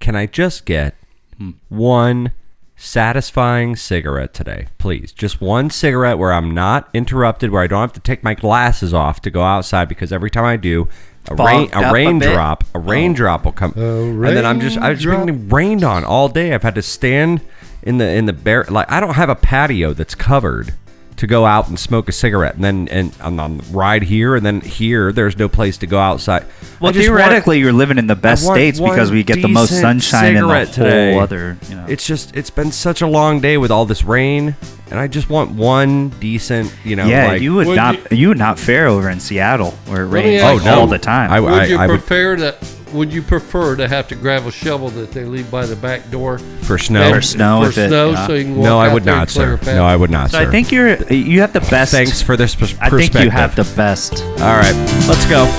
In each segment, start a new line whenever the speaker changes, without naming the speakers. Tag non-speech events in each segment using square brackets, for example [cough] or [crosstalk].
can I just get
Hmm.
one satisfying cigarette today, please? Just one cigarette where I'm not interrupted, where I don't have to take my glasses off to go outside because every time I do, a rain,
Fogged up
a
a Oh.
raindrop, a raindrop will come, and then I'm just I've just been getting rained on all day. I've had to stand in the in the bare like I don't have a patio that's covered to go out and smoke a cigarette, and then and I'm on ride here and then here. There's no place to go outside.
Well,
I just want-
theoretically, you're living in the best
I want
states because
one
we get the most
decent
sunshine and the whole
cigarette today.
other. You know,
It's just it's been such a long day with all this rain, and I just want one decent, you know.
yeah,
like,
you would,
Would
not you, would not fare over in Seattle where it
Let me
rains
ask
like,
you-
all the time.
I-
Would you
would-
prefer to? Would you prefer to have to grab a shovel that they leave by the back door
for snow.
For snow,
for
if it-
snow
yeah.
so you can walk
no, I
out
would
there and
not,
clear
sir.
a path?
No, I would not,
so
sir.
I think you're you have the best.
Thanks for this pers-
I
perspective.
think you have the best.
All right, let's go.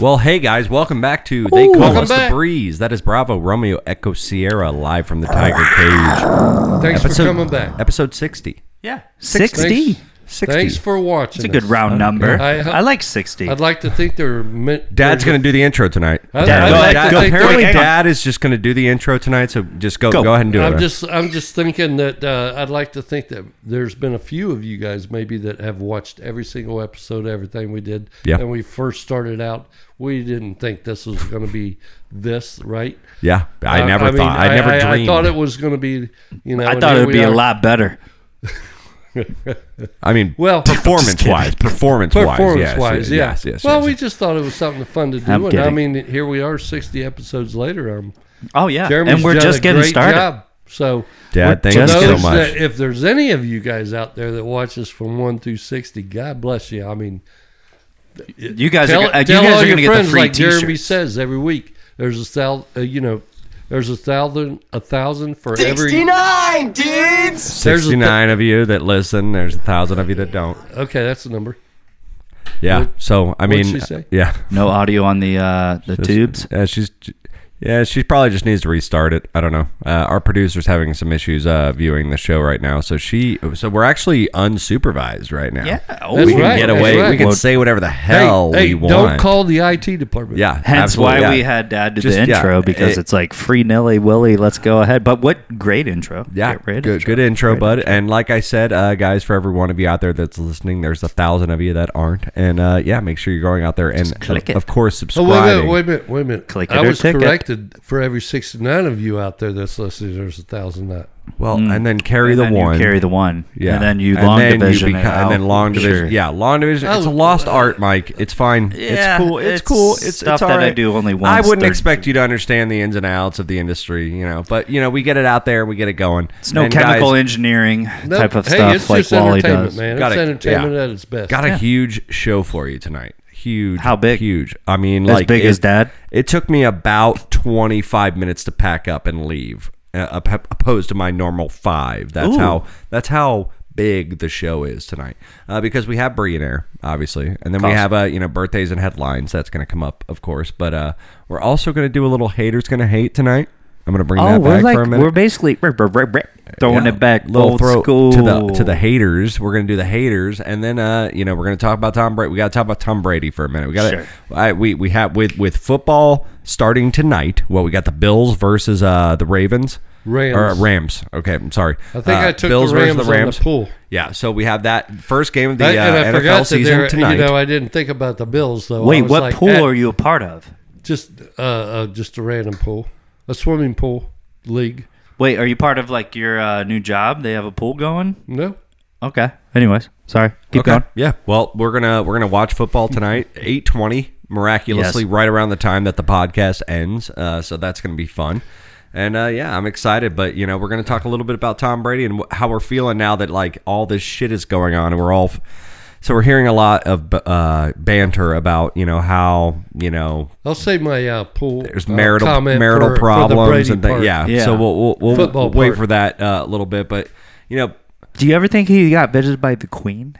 Well, hey guys, welcome back to They Call
Welcome
Us
back.
the Breeze. That is Bravo Romeo Echo Sierra live from the Tiger Cage.
Thanks for coming back.
Episode 60.
Yeah, sixty.
Thanks.
60.
Thanks for watching.
It's a good
us.
round number.
I- uh,
I, like sixty.
I'd like to think they're. mi-
Dad's
they're-
going to do the intro tonight.
I'd-
Dad,
I'd
go
like
Dad-
ahead,
to
go.
think
Apparently Wait,
they're-
hang on.
Dad is just going to do the intro tonight, so just go go,
Go.
ahead and do it.
I'm just I'm just thinking that uh, I'd like to think that there's been a few of you guys maybe that have watched every single episode, everything we did.
Yeah.
And we first started out, we didn't think this was going to be this, right?
yeah, I never
Uh, mean,
thought. I never dreamed.
I thought it was going to be, you know.
I
and
thought
here
it would
we
be a
are.
lot better.
I mean,
Well- [laughs]
performance wise, performance wise,
Performance wise, yeah.
yes, yes.
well,
yes,
we
yes.
just thought it was something fun to do,
I'm
and I
kidding.
mean, here we are, 60 episodes later. Um,
Oh yeah,
Jeremy's
and we're
done
just
a
getting
great
started.
Job. So
Dad,
we're
thank you
just
so
getting-
much.
that- if there's any of you guys out there that watch us from one through sixty, God bless you. I mean,
You guys
tell,
are gonna, uh, you
tell all
guys are going
your
to get the
friends,
free
like Jeremy
T-shirts.
says every week. There's a thousand, uh, you know, there's a thousand, a thousand for every.
69, dudes!
There's a th-
69 of you that listen. There's a thousand of you that don't.
Okay, that's the number.
Yeah.
What-
so I
what'd
mean,
she say?
yeah,
No audio on the uh, the tubes.
Yeah, she's. Yeah, she probably just needs to restart it. I don't know. Uh, our producer's having some issues uh, viewing the show right now, so she. So we're actually unsupervised right now.
Yeah, oh,
That's
we can
right,
get
that's
away.
right.
We can
Well, [laughs]
say whatever the hell
hey,
we
hey,
want.
don't call the IT department.
Yeah,
Hence
absolutely,
why
yeah.
we had Dad do
Just-
the
yeah,
intro because
it-
it's like free Nilly Willy. Let's go ahead. But what great intro!
Yeah,
Get rid
good,
of
good intro, bud. And like I said, uh, guys, for every one of you out there that's listening, there's a thousand of you that aren't. And uh, yeah, make sure you're going out there and of,
click it.
of course
Oh, wait a
subscribing.
minute, wait a minute, wait a minute.
Click it
I
or
was
tick it.
corrected for every 69 of you out there that's listening, there's a thousand not.
Well, and then carry
Mm. And
the
then
one.
You carry the one.
yeah,
And then you long
then
division.
beca-
it out.
and then long division.
Sure. Oh,
Yeah, long division. It's a lost art, Mike. It's fine.
Yeah,
it's cool. It's,
it's
cool. It's
stuff
it's
that I
all right.
do only
I
once,
wouldn't
third-
expect you to understand the ins and outs of the industry, you know. But you know, we get it out there. We get it going.
It's no
And
chemical
guys,
engineering
Nope.
type of
hey,
stuff
it's
like
just
Wally
entertainment,
does.
man.
Got
it's
it,
entertainment
yeah.
at its best.
Got a huge show for you tonight. Huge.
How big?
Huge. I mean,
As
like
big
it-
as Dad.
It took me about 25 minutes to pack up and leave, uh, op- opposed to my normal five. That's
Ooh.
how. That's how big the show is tonight, uh, because we have Billionaire, obviously, and then we have uh, you know birthdays and headlines. That's going to come up, of course, but uh, we're also going to do a little haters going to hate tonight. I'm going to bring
Oh,
that
we're
back
like
for a minute.
we're basically brr, brr, brr, brr, throwing
Yeah.
it back
Little
old
throw
school
to the to the haters. We're gonna do the haters, and then uh, you know, we're gonna talk about Tom Brady. We gotta talk about Tom Brady for a minute. We gotta
Sure.
I, we we have with with football starting tonight. Well, we got the Bills versus uh the Ravens.
Rams.
Or uh, Rams. Okay, I'm sorry.
I think
Uh,
I took the
versus
Rams, on the pool.
Yeah, so we have that first game of the
I-
uh,
and I forgot
NFL
that there,
season tonight.
you know, I didn't think about the Bills though. I
Wait,
was
what
like,
pool
eh,
are you a part of?
Just uh, uh, just a random pool, a swimming pool league.
Wait, are you part of like your uh, new job? They have a pool going.
No,
Okay. Anyways, sorry. Keep
okay.
going.
Yeah. Well, we're gonna we're gonna watch football tonight, eight twenty, miraculously
Yes.
right around the time that the podcast ends. Uh, so that's gonna be fun. And uh, yeah, I'm excited. But you know, we're gonna talk a little bit about Tom Brady and wh- how we're feeling now that like all this shit is going on, and we're all. F- so we're hearing a lot of b- uh, banter about you know how you know
I'll say my uh, pool.
there's
uh,
marital
comment
marital
for- for the
problems
Brady
and things.
part.
Yeah.
Yeah.
So we'll we'll, we'll
Football
wait
part.
for that uh, a little bit, but you know,
Do you ever think he got visited by the Queen?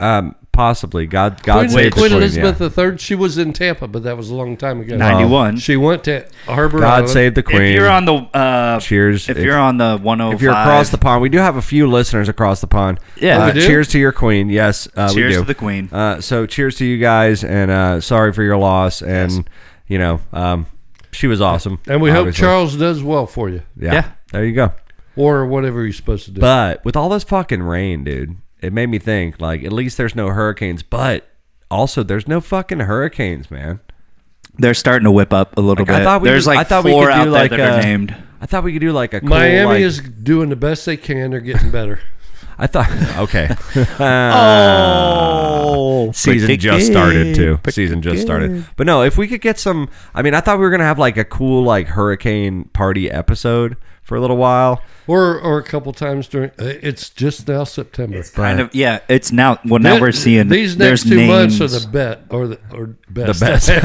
um, possibly. God, God
Queen,
save the
Queen
Queen.
Elizabeth
yeah.
III, she was in Tampa, but that was a long time ago.
91.
She went to Harbor
God
Island.
save the Queen.
If you're on the uh,
Cheers.
if you're on the 105,
if you're across the pond, we do have a few listeners across the pond.
Yeah.
Uh,
We
do?
cheers to your queen. Yes, uh, we
Cheers
do.
to the queen.
Uh, so cheers to you guys, and uh, sorry for your loss. And you know, um, she was awesome,
and we hope
obviously.
Charles does well for you,
Yeah,
Yeah.
there you go.
or whatever he's supposed to do.
But with all this fucking rain, dude, it made me think. Like, at least there's no hurricanes, but also there's no fucking hurricanes, man.
they're starting to whip up a little
Like, I
bit.
thought we
There's
could-
like
I thought we
four
could do
out there
like
that are
a-
named.
I thought we could do like a cool,
Miami
like-
is doing the best they can. They're getting better. [laughs]
I thought [laughs] okay. oh, season
Pretty
just
good,
started too. Season just started. But no, if we could get some, I mean, I thought we were gonna have like a cool like hurricane party episode for a little while.
or or a couple times during. uh, It's just now September.
Kind of, yeah. It's now. Well, now
Th-
we're seeing
these
there's
next two
names.
months are the bet or the or
The
best.
best.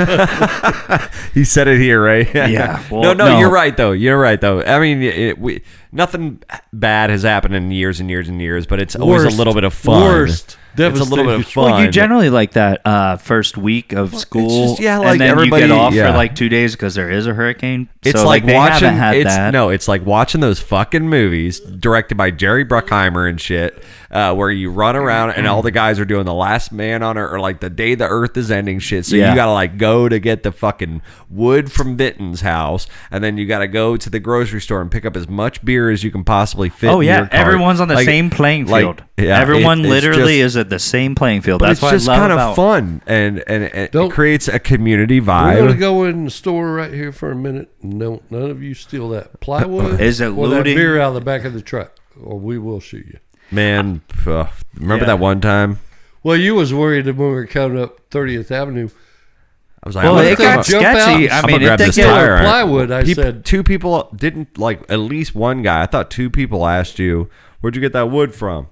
[laughs] he said it here, right? [laughs]
Yeah, well,
no, no,
no.
you're right though. You're right though. I mean, it, we nothing bad has happened in years and years and years, but it's always a
Worst.
little bit of fun.
Worst.
It's a little bit of
Devastation.
fun.
Well, you generally like that uh, first week of school,
just- yeah, like
and then
everybody-
you get off
yeah.
for like two days because there is a hurricane.
It's
so,
like,
they
watching.
haven't had
it's
that.
no. It's like watching those fucking movies directed by Jerry Bruckheimer and shit, uh, where you run around and all the guys are doing the Last Man on Earth or like the Day the Earth is Ending shit. So
Yeah.
you gotta like go to get the fucking wood from Vinton's house, and then you gotta go to the grocery store and pick up as much beer as you can possibly fit.
Oh
in
yeah,
your cart.
everyone's on the
Like-
same playing
like,
field.
yeah,
Everyone
it- it's
literally
just-
is at the same playing field.
But
That's
it's
what
just
I love
kind
about
of fun, and and, and it
Don't-
creates a community
I'm
vibe.
going to go in the store right here for a minute. No, none of you steal that plywood.
Is it
or that
looting?
beer out of the back of the truck, or we will shoot you.
Man, ugh, remember
Yeah.
that one time?
Well, you was worried when we were coming up 30th Avenue.
I was like,
Well,
I'm
it
gonna
got
go-
jump out.
sketchy. I
I'm
mean,
gonna
it
grab
did
this
get-
tire. All right.
plywood. I
Peop-
said
two people didn't like at least one guy. I thought two people asked you, "Where'd you get that wood from?"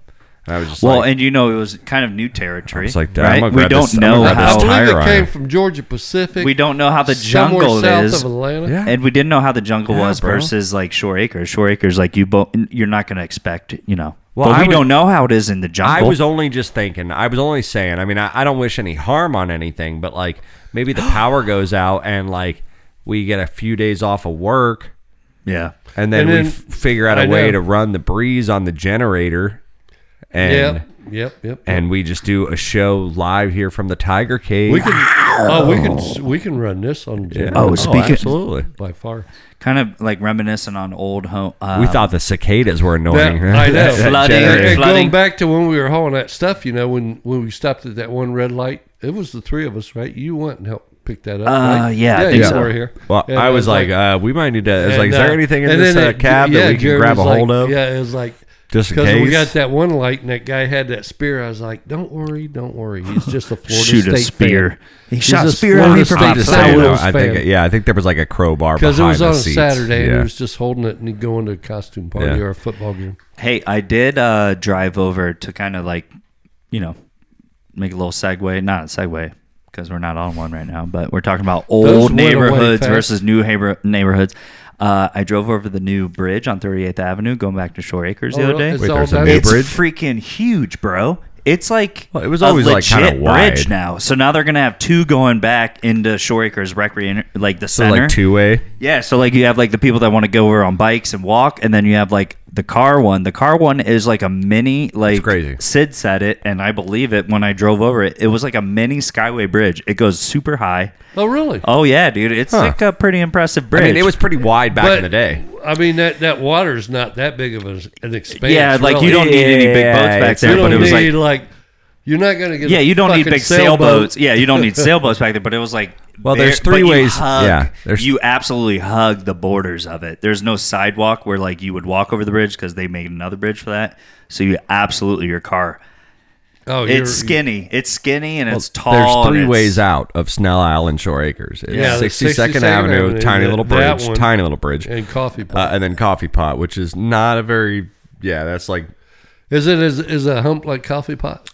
And I was just
Well,
like,
and you know, it was kind of new territory.
It's like, "Damn, I'm
right?
gonna
we
grab
don't
this- I'm gonna
know
grab this
I
how
tire.
believe it
iron.
came from Georgia Pacific.
we don't know how the
somewhere
jungle
south
is,
of Atlanta.
Yeah.
and we didn't know how the jungle
Yeah,
was
bro.
versus like Shore Acres. Shore Acres, like you, bo- you're not going to expect, you know.
Well,
but
I
we
was-
don't know how it is in the
I
jungle.
was only just thinking. I was only saying. I mean, I, I don't wish any harm on anything, but like maybe the power goes out and like we get a few days off of work,
yeah.
and then,
And then-
we f- figure out a
I
way
know.
to run the breeze on the generator, and
Yep, yep, yep.
and we just do a show live here from the Tiger Cave.
we can. Oh, we can. We can run this on. Jim.
Oh, speaking-
absolutely.
by far.
Kind of like reminiscent on old home. Uh,
We thought the cicadas were annoying.
That-
[laughs]
Um, I know.
Flooding.
generator.
And
flooding.
going back to when we were hauling that stuff, you know, when when we stopped at that one red light, it was the three of us, right? You went and helped pick that up.
Uh, yeah,
right?
I
yeah,
think
you
so.
were here.
Well,
And
I was like, uh, we might need to. It's like,
and,
is there
uh,
anything in
and
this
then
uh,
it-
cab
yeah,
that we can
Jared
grab a
was
hold
like-
of?
Yeah, it was like
Just in
because we
case.
got that one light, and that guy had that spear. I was like, "Don't worry, don't worry.
[laughs]
He's just a Florida
shoot
State
a spear. He shot
a
a spear at me
Florida
from
State
I'm just saying,
Sour
though,
outside.
Wheels
I think,
fan.
yeah, I think there was like a crowbar
Because
behind
it was
the
on a
seats.
Saturday, and
Yeah.
he was just holding it and going to a costume party
Yeah.
or a football game.
Hey, I did uh, drive over to kind of like, you know, make a little segue. Not a segue because we're not on one right now, but we're talking about old
went away
neighborhoods
fast.
versus new neighbor- neighborhoods. Uh, I drove over the new bridge on 38th Avenue going back to Shore Acres the
Oh,
other day.
it's
Wait,
all
there's a
done.
new
It's
bridge?
freaking huge, bro. It's like
Well, it was
a
always, like,
legit
kinda wide.
bridge now. So now they're gonna have two going back into Shore Acres Recre, like the
So,
center.
like two way.
Yeah, so like you have like the people that want to go over on bikes and walk, and then you have like the car one. The car one is like a mini, like
crazy.
Sid said it, and I believe it when I drove over it. It was like a mini Skyway bridge. It goes super high.
Oh, really?
Oh yeah, dude, it's like a pretty impressive
I
bridge.
mean, it was pretty wide back
But,
in the day.
I mean that that water's not that big of an, an expanse.
yeah, like
really.
you don't need any big
Yeah,
boats back
it's-
You
there,
don't
but it was
need
like
like, you're not gonna get.
yeah,
a
you don't need
fucking
big
sailboat.
sailboats. Yeah, you
[laughs]
don't need sailboats back there, but it was like.
Well, there's
there- but
three
you
ways-
hug-
yeah, there's-
you absolutely hug the borders of it. There's no sidewalk where like you would walk over the bridge because they made another bridge for that. So you absolutely your car.
Oh, you're-
It's skinny. It's skinny and it's tall.
There's
and
three
it's-
ways out of Snell Island Shore Acres. It's
Yeah, the
62nd
62nd
Avenue,
Avenue,
tiny
that-
little
that
bridge,
one.
tiny little bridge, uh,
And coffee pot.
and then Coffee Pot, which is not a very yeah. That's like
is it is is a hump like coffee pot?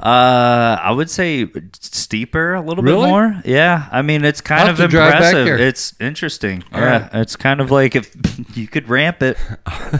Uh, I would say steeper a little
Really?
bit more. Yeah, I mean it's kind
I'll
of
have to drive back
impressive.
here.
It's interesting. yeah, it's kind of like if [laughs] you could ramp
[laughs]
it,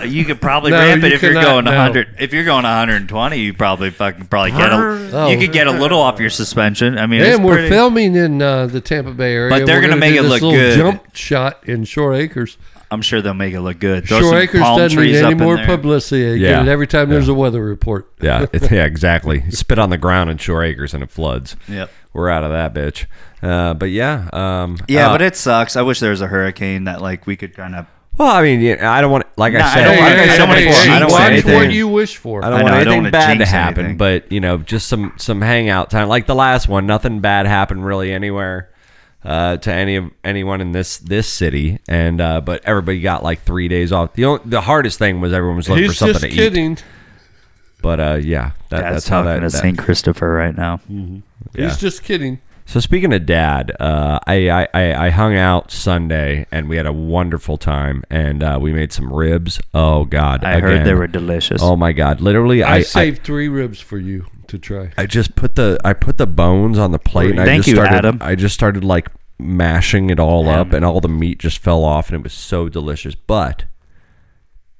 you could probably
No,
ramp it
you
if you're
cannot,
going
no.
100. If you're going 120, you probably fucking probably get a
Oh.
you could get a little off your suspension. I mean, it's
And we're
pretty-
filming in uh, the Tampa Bay area.
But they're
We're
gonna
gonna
make
do
it
this
look
little
good.
Jump shot in Shore Acres.
I'm sure they'll make it look good. Throw
Shore
some
Acres
palm
doesn't need
trees up in
any more
there.
publicity. They
Yeah.
Get it every time there's a weather report.
Yeah, [laughs] it's, yeah, exactly. Spit on the ground in Shore Acres and it floods.
Yep.
We're out of that bitch. Uh, but yeah, um,
Yeah,
Oh.
uh,
but it sucks. I wish there was a hurricane that like we could kind of.
well, I mean, yeah, I don't want. Like
No,
I
I
said,
don't
like
want-
I
I
said
don't want to
before, I
jinx
don't want
Watch
anything.
what you wish for.
I don't
I
want
know, I don't
anything
wanna
bad to
jinx
happen,
anything.
but you know, just some some hangout time, like the last one. Nothing bad happened really anywhere uh, to any of anyone in this this city, and uh, but everybody got like three days off. The only, the hardest thing was everyone was looking
He's
for something
just
to eat.
kidding.
But uh, yeah, that,
Dad's
that's how
talking
that.
to
that-
Saint Christopher right now.
Yeah.
He's just kidding.
So speaking of dad, uh, I, I- I I hung out Sunday and we had a wonderful time, and uh, we made some ribs. Oh God,
I heard they
again.
were delicious.
Oh my God, literally,
I,
I, I
saved three ribs for you to try.
I just put the I put the bones on the plate. And I
Thank
just
you,
started,
Adam.
I just started like mashing it all up, and all the meat just fell off, and it was so delicious. But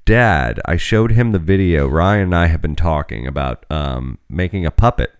Dad, I showed him the video. Ryan and I have been talking about um, making a puppet.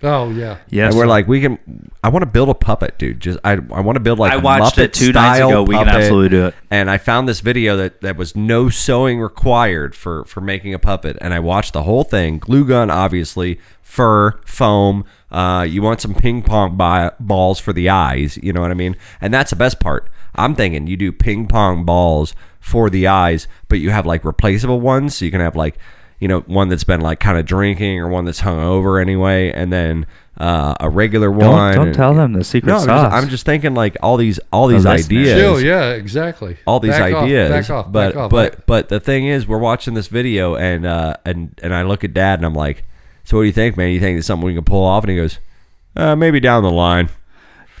Oh yeah.
yes,
And we're like, we can. I want to build a puppet, dude. Just I, I want to build like.
I watched
a
it two nights
Muppet-style
ago. We can
puppet.
absolutely do it.
And I found this video that that was no sewing required for for making a puppet, and I watched the whole thing. Glue gun, obviously, fur, foam. Uh, you want some ping pong bi- balls for the eyes. You know what I mean? And that's the best part. I'm thinking you do ping pong balls for the eyes, but you have like replaceable ones, so you can have like you know one that's been like kind of drinking or one that's hung over anyway, and then uh, a regular one.
don't, don't
and-
tell them the secret
no, I'm
sauce. Oh,
just, I'm just thinking like all these all these
listeners.
ideas,
Chill, yeah, exactly.
all these
Back off,
ideas.
back off,
but
back off.
but but the thing is, we're watching this video and uh, and and I look at Dad and I'm like, so what do you think, man? You think it's something we can pull off? And he goes, uh, maybe down the line.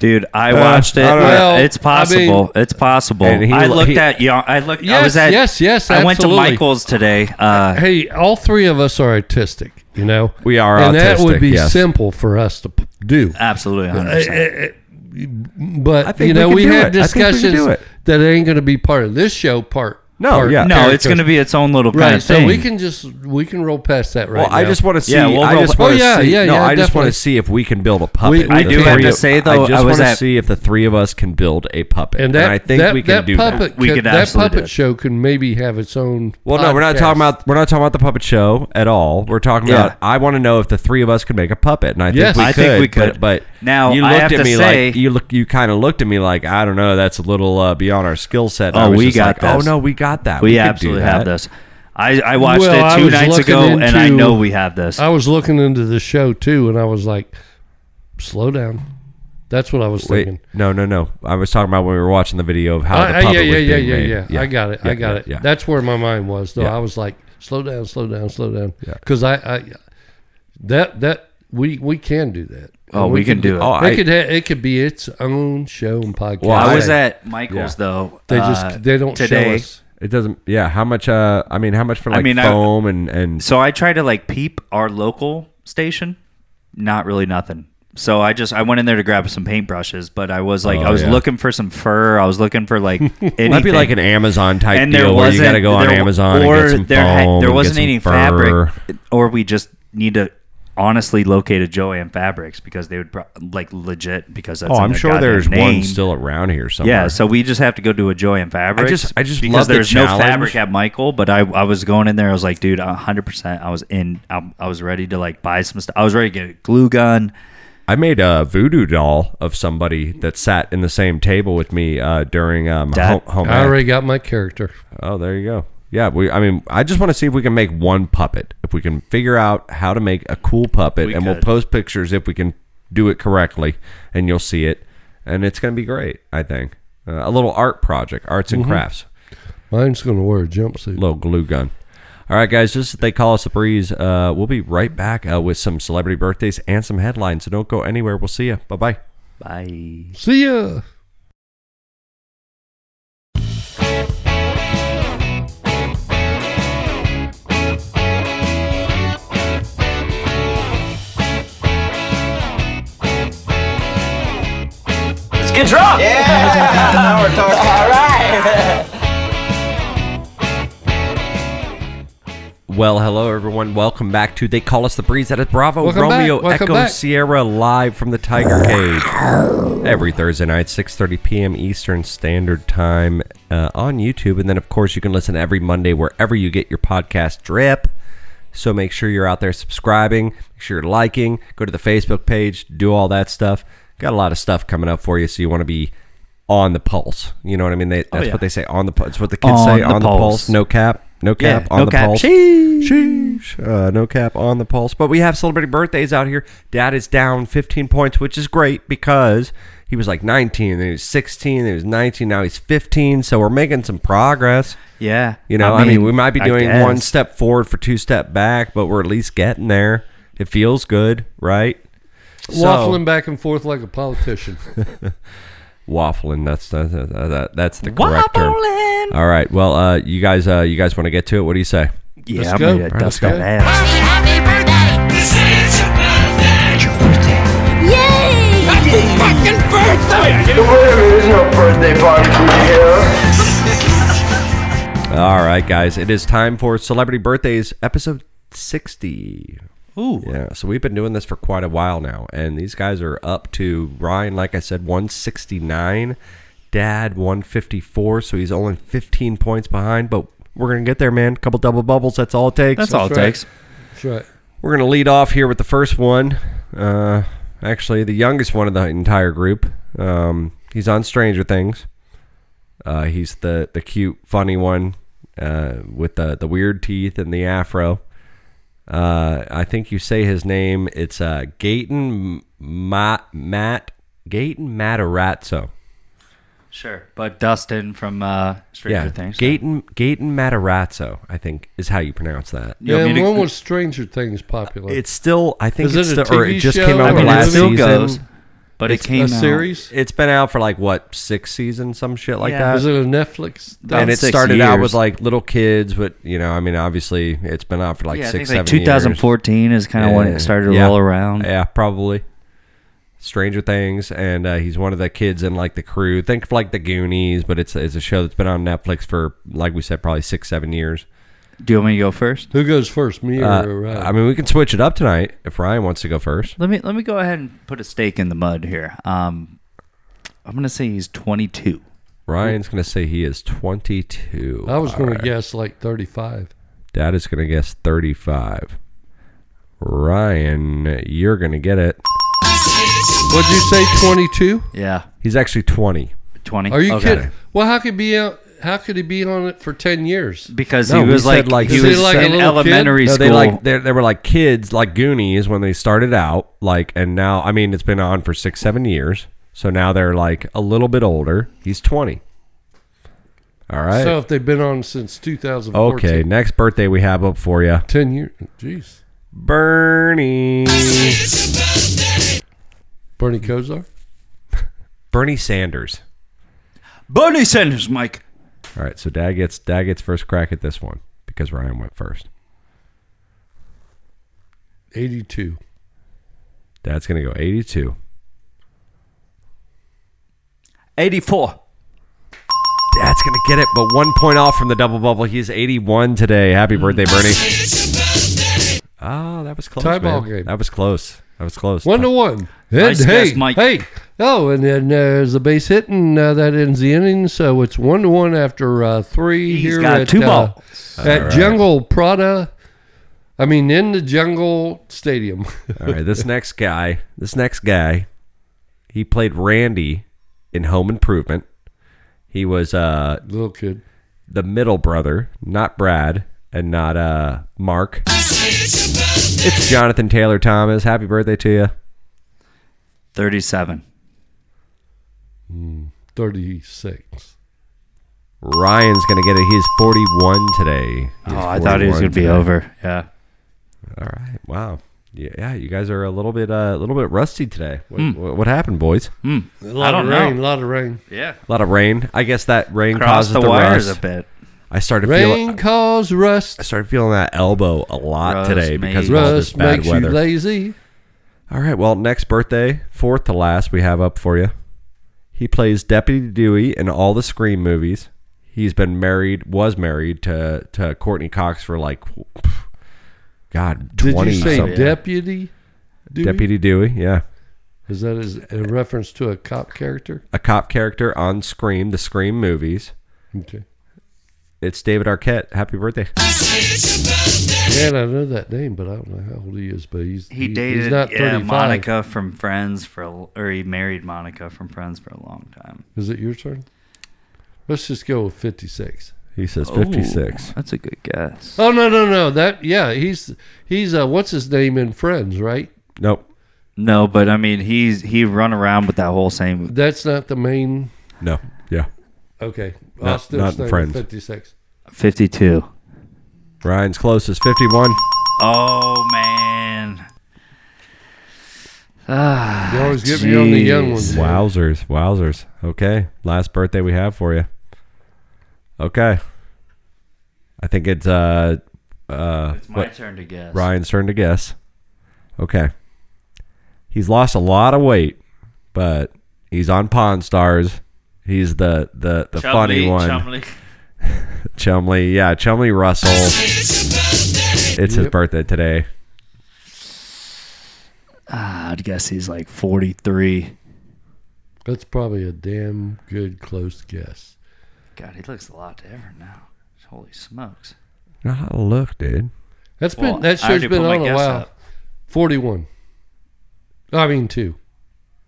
Dude, I
Uh,
watched it.
I don't know.
Well,
it's possible.
I mean-
it's possible.
And he-
I looked
he-
at young. I looked. I
Yes,
was at.
yes, yes,
I went to
absolutely.
Michael's today. Uh,
hey, all three of us are autistic, you know.
We are
and that
autistic,
would be
yes.
simple for us to p- do.
absolutely, hundred
Uh,
percent.
I
But
think
you know,
we can
we,
do
had
it. I think we can
discussions
do it.
that ain't going to be part of this show. Part
No,
part
yeah.
No, it's going to
characters.
be its own little kind
right.
of
So
thing.
we can just we can roll past that right
Well, I
now.
just want to see.
Yeah, we'll
I
roll-
just want
Oh,
to
yeah,
see.
yeah,
no,
yeah,
I just want
definitely.
to see if we can build a puppet.
I
The
do have
three
to
of-
say, though,
I just
I
want
was
to
at-
see if the three of us can build a puppet,
and that
I think
that,
we can
that
do that.
puppet
We
could,
could
that
absolutely
puppet
do it.
show can maybe have its own.
Well, no, we're not
podcast.
talking about we're not talking about the puppet show at all. We're talking
Yeah.
about I want to know if the three of us could make a puppet, and I think
Yes.
we
I
could.
think we
But,
could.
but
Now,
you
I
looked
have
at
to
me
say-
like you look. You kind of looked at me like I don't know. That's a little uh, beyond our skill set. And
Oh,
I was
we
just
got
like,
this.
Oh no, we got that.
we
could do
absolutely
that.
have this. I, I watched
Well, I
it two
was
nights
looking
ago, and I
into- Oh,
know we have this.
I was looking into the show too, and I was like, slow down. That's what I was
Wait,
thinking.
no, no, no. I was talking about when we were watching the video of
Uh,
how
I,
the
I-
puppet
Uh, yeah, yeah,
was
yeah,
being
yeah,
made.
yeah, I got it. I got it.
Yeah, yeah.
That's where my mind was, though.
Yeah.
I was like, slow down, slow down, slow down.
Yeah.
Because I, I, that that we we can do that.
oh, we, can do it.
Oh,
It
I-
could ha- it could be its own show and podcast.
Well,
I
I-
was at Michael's though.
they
uh,
just they don't show
today.
us.
It doesn't. Yeah, how much? Uh, I mean, how much for like
mean, I-
foam and and
So I tried to like peep our local station. Not really nothing. So I just I went in there to grab some paintbrushes, but I was like
Oh,
I was
yeah.
looking for some fur. I was looking for like
[laughs]
anything.
Might be like an Amazon type
and there
deal where
wasn't
you got to go on
there-
Amazon
or
and get some
there ha-
foam.
there
and get
wasn't
some
any
fur.
fabric, or we just need to honestly locate a Joanne Fabrics because they would pro- like legit because that's
Oh,
in
I'm
their
sure
goddamn
there's one
name.
still around here somewhere.
Yeah, so we just have to go do a Joanne Fabrics.
just- I just
because
love the
there's no
challenge.
fabric at Michael, but I, I was going in there. I was like, dude, hundred percent. I was in. I, I was ready to like buy some stuff. I was ready to get a glue gun.
I made a voodoo doll of somebody that sat in the same table with me uh, during um,
That-
home. home
I
ec.
already got my character.
oh, there you go. Yeah, we. I mean, I just want to see if we can make one puppet. If we can figure out how to make a cool puppet,
We
and we'll
could.
post pictures if we can do it correctly, and you'll see it, and it's going to be great. I think uh, a little art project, arts
Mm-hmm.
and crafts.
Mine's going to wear a jumpsuit.
little glue gun. All right, guys, just as they call us a breeze, uh, we'll be right back uh, with some celebrity birthdays and some headlines. So don't go anywhere. We'll see you. Bye bye.
Bye.
See ya.
drunk.
Yeah. now we're talking. All right.
Well, hello everyone. Welcome back to They Call Us the Breeze. That is Bravo
Welcome back.
Romeo
Welcome
Echo
back.
Sierra live from the Tiger Cage every Thursday night, 6:30 p.m. Eastern Standard Time uh, on YouTube, and then of course you can listen every Monday wherever you get your podcast drip. So make sure you're out there subscribing, make sure you're liking, go to the Facebook page, do all that stuff. Got a lot of stuff coming up for you, so you want to be on the pulse. You know what I mean? They, that's
yeah.
what they say on the pulse. It's what the kids
On
say
the
on the
pulse.
pulse. No cap, no
Yeah,
cap on
no
the
cap.
pulse.
Sheesh.
Sheesh. Uh, no cap on the pulse. But we have celebrating birthdays out here. Dad is down 15 points, which is great because he was like 19, then he was 16, then he was 19, now he's 15. So we're making some progress.
Yeah.
You know, I mean, we might be
I
doing
guess.
one step forward for two step back, but we're at least getting there. It feels good, right? So-
Waffling back and forth like
[laughs]
a politician.
waffling. That's that's that, that's the correct term. All right. Well, uh, you guys, uh, you guys want to get to it? What do you say?
Yeah,
Let's
I'm
go.
ready to
All right,
dust
let's
that
go.
ass.
Happy birthday! This is your birthday! Your birthday! Yay! Happy fucking birthday!
There is no birthday party here.
All right, guys. It is time for celebrity birthdays, episode sixty.
Ooh.
Yeah. So we've been doing this for quite a while now, and these guys are up to Ryan. Like I said, one sixty nine. Dad one fifty four. So he's only fifteen points behind, but. We're gonna get there, man. couple double bubbles. That's all it takes.
That's all it
right.
takes.
That's right.
We're going to lead off here with the first one. Uh, actually, the youngest one of the entire group. Um, he's on Stranger Things. Uh, he's the, the cute, funny one uh, with the, the weird teeth and the afro. Uh, I think you say his name. It's uh, Gaten Ma- Matt Gaten Matarazzo.
Sure. But Dustin from uh, Stranger
Yeah,
Things.
Gaten Gaten Matarazzo. I think is how you pronounce that.
You want
and
me to-
when was Stranger Things popular?
It's still. I think
Is
it's
it a
the, or
TV
it just
show
came
or
out
I
a
the
mean, it
last
still
season.
goes, but
It's
it uh, came
a
out.
series.
it's been out for like what six seasons, some shit like
Yeah.
Is
that.
it a Netflix?
About
And it
six
started out with
years.
like little kids, but you know, I mean, obviously, it's been out for like
yeah, I
six,
think like
seven. years.
2014 is kind of when it started to
Yeah.
roll around.
Yeah, probably. Stranger Things, and uh, he's one of the kids in like the crew. Think of like the Goonies, but it's it's a show that's been on Netflix for like we said, probably six, seven years.
Do you want me to go first?
Who goes first, me or
Uh,
Ryan?
I mean, we can switch it up tonight if Ryan wants to go first.
Let me let me go ahead and put a stake in the mud here. Um, I'm gonna say he's 22.
Ryan's gonna say he is twenty two.
I was going to guess like 35.
Dad is going to guess 35. Ryan, you're going to get it.
What'd you say, 22?
Yeah,
He's actually 20.
20.
Are you
Okay.
kidding? Well, how could be out, how could he be on it for 10 years?
Because
No,
he
we
was
said,
like,
like,
he
is
he
was
like a
in
little
elementary
No,
school.
they like they they were like kids, like Goonies when they started out, like and now I mean it's been on for 6 7 years. So now they're like a little bit older. He's 20. All right.
So if they've been on since 2014.
okay, next birthday we have up for you.
10 years. Jeez.
Bernie
Bernie Kosar?
Bernie Sanders.
Bernie Sanders, Mike.
All right, so Dad gets Dad gets first crack at this one because Ryan went first.
82.
Dad's going to go 82.
84.
Dad's gonna get it, but one point off from the double bubble. He's 81 today. Happy birthday, Bernie! Oh, that was close.
Tie ball
man.
game.
That was close. That was close.
One to one. And
Nice
hey,
guess, Mike.
hey. Oh, and then uh, there's the base hit, and uh, that ends the inning. So it's one to one after uh, three
He's
here
got
at,
two
uh,
balls.
at Jungle Prada. I mean, in the Jungle Stadium. [laughs]
All right, this next guy. This next guy. He played Randy in Home Improvement. He was uh,
Little kid.
the middle brother, not Brad and not uh, Mark. It's Jonathan Taylor Thomas. Happy birthday to you.
37.
36.
Ryan's gonna get it. He's 41 today. He's
Oh, I thought he was
41
going to be
today.
over. Yeah.
All right. Wow. Yeah, yeah, you guys are a little bit uh, a little bit rusty today. What,
Hmm.
what, what happened, boys?
A lot
don't
of rain,
know.
a lot of rain.
Yeah.
A lot of rain. I guess that rain
Crossed
causes
the,
the,
wires
rust.
a bit.
I started
Rain
feeling
caused
I
rust.
started feeling that elbow a lot
Rust
today
makes-
because of all this
Rust
bad
makes
weather.
you lazy.
All right. Well, next birthday, fourth to last, we have up for you. He plays Deputy Dewey in all the Scream movies. He's been married, was married to to Courtney Cox for like, God,
Did
twenty
you say
something.
deputy? Dewey?
Deputy Dewey, yeah,
Is that is a reference to a cop character?
a cop character on Scream, the Scream movies.
Okay.
It's David Arquette. Happy birthday!
Yeah, and I know that name, but I don't know how old he is. But he's
He
he's
dated
not
yeah,
35.
Monica from Friends for, a, or he married Monica from Friends for a long time.
Is it your turn? Let's just go with 56.
He says
Ooh,
fifty six.
that's a good guess.
Oh no no no that yeah he's he's uh what's his name in Friends right?
Nope,
No, but I mean, he's he run around with that whole same.
That's not the main.
no, yeah.
Okay,
Not-
Austin's
not in
name is
Friends.
56.
52.
Ryan's close is fifty one.
Oh, man. Ah,
You always get me on the young
jeez.
ones.
Wowzers, wowzers. Okay, last birthday we have for you. Okay, I think it's uh uh
It's my turn to guess.
Ryan's turn to guess. Okay, he's lost a lot of weight, but he's on Pawn Stars. He's the the the funny one,
Chumley.
Chumley. Yeah, Chumley Russell. It's his birthday today.
Ah, I'd guess he's like 43.
That's probably a damn good close guess.
God, he looks a lot different now. Holy smokes.
Not how to look, dude.
That's
Well,
been that
I
show's
already
been
put my
on a
guess
while.
up.
Forty-one. I mean two.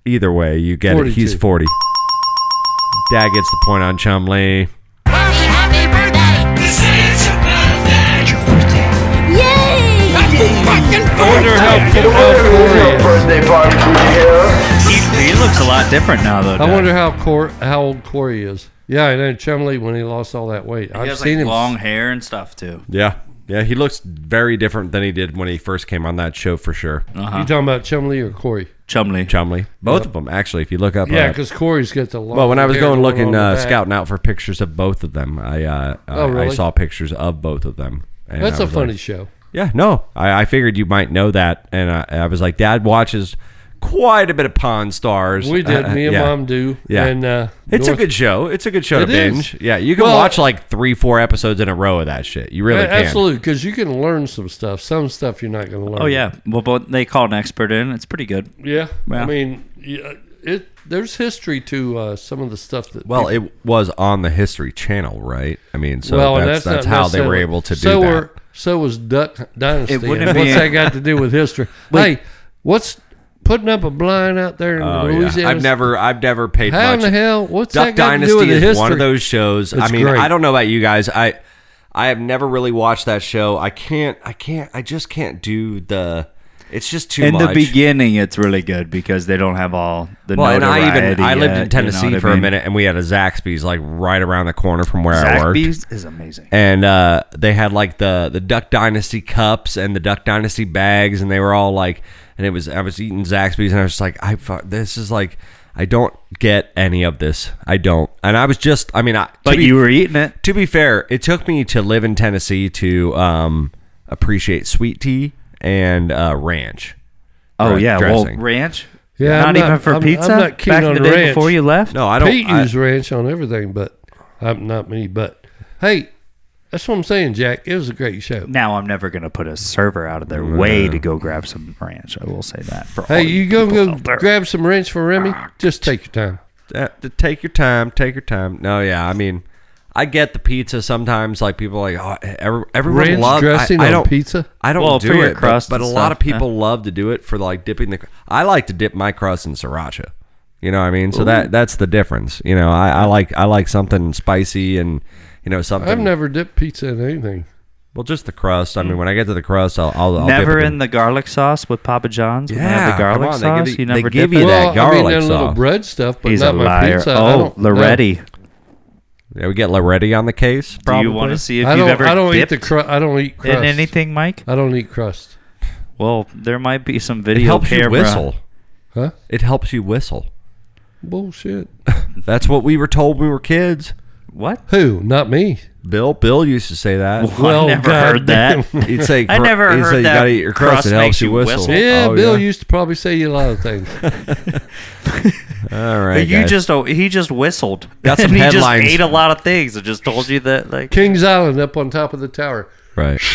Either way, you get it. He's
42.
forty. Dad gets the point on Chumley.
Happy birthday! This is your birthday! Yay! Happy fucking birthday!
I wonder if there's no birthday party for you here.
He, he looks a lot different now, though.
I
Doug.
wonder how Cor- how old Corey is. Yeah, I know Chumley when he lost all that weight.
He
I've
has
seen
like
him.
long hair and stuff too.
Yeah. Yeah, he looks very different than he did when he first came on that show for sure.
You talking about Chumley or Corey?
Uh-huh. Chumley.
Chumley. Both of them, actually, if you look up.
Yeah,
uh,
because Corey's got the long.
well, when I was
hair
going
on
looking,
the
uh,
back.
scouting out for pictures of both of them, I uh, I,
Oh, really?
I saw pictures of both of them. And
That's
I
a
was
funny
like,
show.
yeah, no, I, I figured you might know that, and I, I was like, Dad watches quite a bit of Pawn Stars.
We did.
Uh,
me and
yeah.
Mom do.
Yeah.
And uh,
It's
North-
a good show. It's a good show
It
to
is.
binge. Yeah, you can
Well-
watch like three, four episodes in a row of that shit. You really
A-
can.
absolutely because you can learn some stuff. Some stuff you're not going to learn.
Oh yeah. Well, but they call an expert in. It's pretty good.
Yeah. I
Wow.
mean, yeah, it. There's history to uh, some of the stuff that.
Well, it was on the History Channel, right? I mean, so
Well, and
that's that's,
not
how they were
necessarily-
able to do
so
that.
Were, so was Duck Dynasty.
It wouldn't
And
be-
what's that got to do
[laughs]
with history? hey, what's putting up a blind out there in
Oh, yeah.
Louisiana?
I've never I've never paid
How in
much.
the hell? What's
Duck
that got
Dynasty
to do with the
is
history?
one of those shows. I
It's
mean,
great.
I don't know about you guys. I I have never really watched that show. I can't. I can't. I just can't do the. It's just too
In
much.
the beginning, it's really good because they don't have all the.
Well, and I even
notoriety
I lived
yet,
in Tennessee
you know what
for
I
a
mean?
minute, and we had a Zaxby's like right around the corner from where I worked.
Zaxby's is amazing.
and uh, they had like the the Duck Dynasty cups and the Duck Dynasty bags, and they were all like, and it was I was eating Zaxby's, and I was just like, I fu- this is like, I don't get any of this, I don't, and I was just, I mean, I, to
But
be-
you were eating it.
to be fair, it took me to live in Tennessee to um, appreciate sweet tea and uh, ranch.
Oh
Right,
yeah.
dressing.
Well, ranch.
Yeah,
Not
I'm
even
not-
for
I'm- I'm
pizza.
not keen
Back
on
in the day
ranch.
before you left.
No, I don't.
Pete
I-
used ranch on everything, but I'm not me. But hey, that's what I'm saying, Jack. It was a great show.
Now I'm never gonna put a server out of their way to go grab some ranch. I will say that. For all
Hey, you
you
go
people
go
out there. Ah,
grab some ranch for Remy. Just take your time.
uh, to take your time, take your time. No, yeah, I mean, I get the pizza sometimes. Like people are like, oh, every, everyone
Ranch
loves
dressing
I, I
on
don't,
pizza?
I don't
Well,
do
for your
it, but-
crust
but,
and
a lot of
stuff, yeah.
people love to do it for like dipping the. cr- I like to dip my crust in sriracha. You know what I mean? So that that's the difference. You know, I, I like I like something spicy and you know something.
I've never dipped pizza in anything.
well, just the crust. I mean, when I get to the crust, I'll, I'll, I'll
Never
dip it
in the garlic sauce with Papa John's. when they
Yeah,
have the
come
garlic
on, they give
sauce.
you-
you
they
never
give
dip
you
it?
that
I mean,
garlic
that little
sauce.
bread stuff, but
He's a
not my
liar.
pizza. I
Oh,
don't-
Loretti.
Yeah, we get Loretti on the case.
Do
Probably.
you want to see if
I
you've
don't.
ever
I don't eat
dipped
the. Cru- I don't eat crust.
in anything, Mike?
I don't eat crust.
Well, there might be some
It
video
helps
camera.
you whistle.
Huh?
It helps you whistle.
Bullshit.
That's what we were told when we were kids.
What? [laughs]
Who? Not me.
Bill, Bill used to say that.
Well,
I never
God
heard that.
[laughs]
He'd say,
I never
he'd
heard
say, You
that
gotta eat your crust.
crust
it
makes
helps you
you
whistle.
whistle.
Oh, Yeah,
Oh,
[laughs]
Bill
yeah.
used to probably say a lot of things.
All right,
you
guys.
just oh, he just whistled.
Got [laughs] some
and he
headlines.
just ate a lot of things and just told you that like
Kings Island up on top of the tower.
right. [laughs]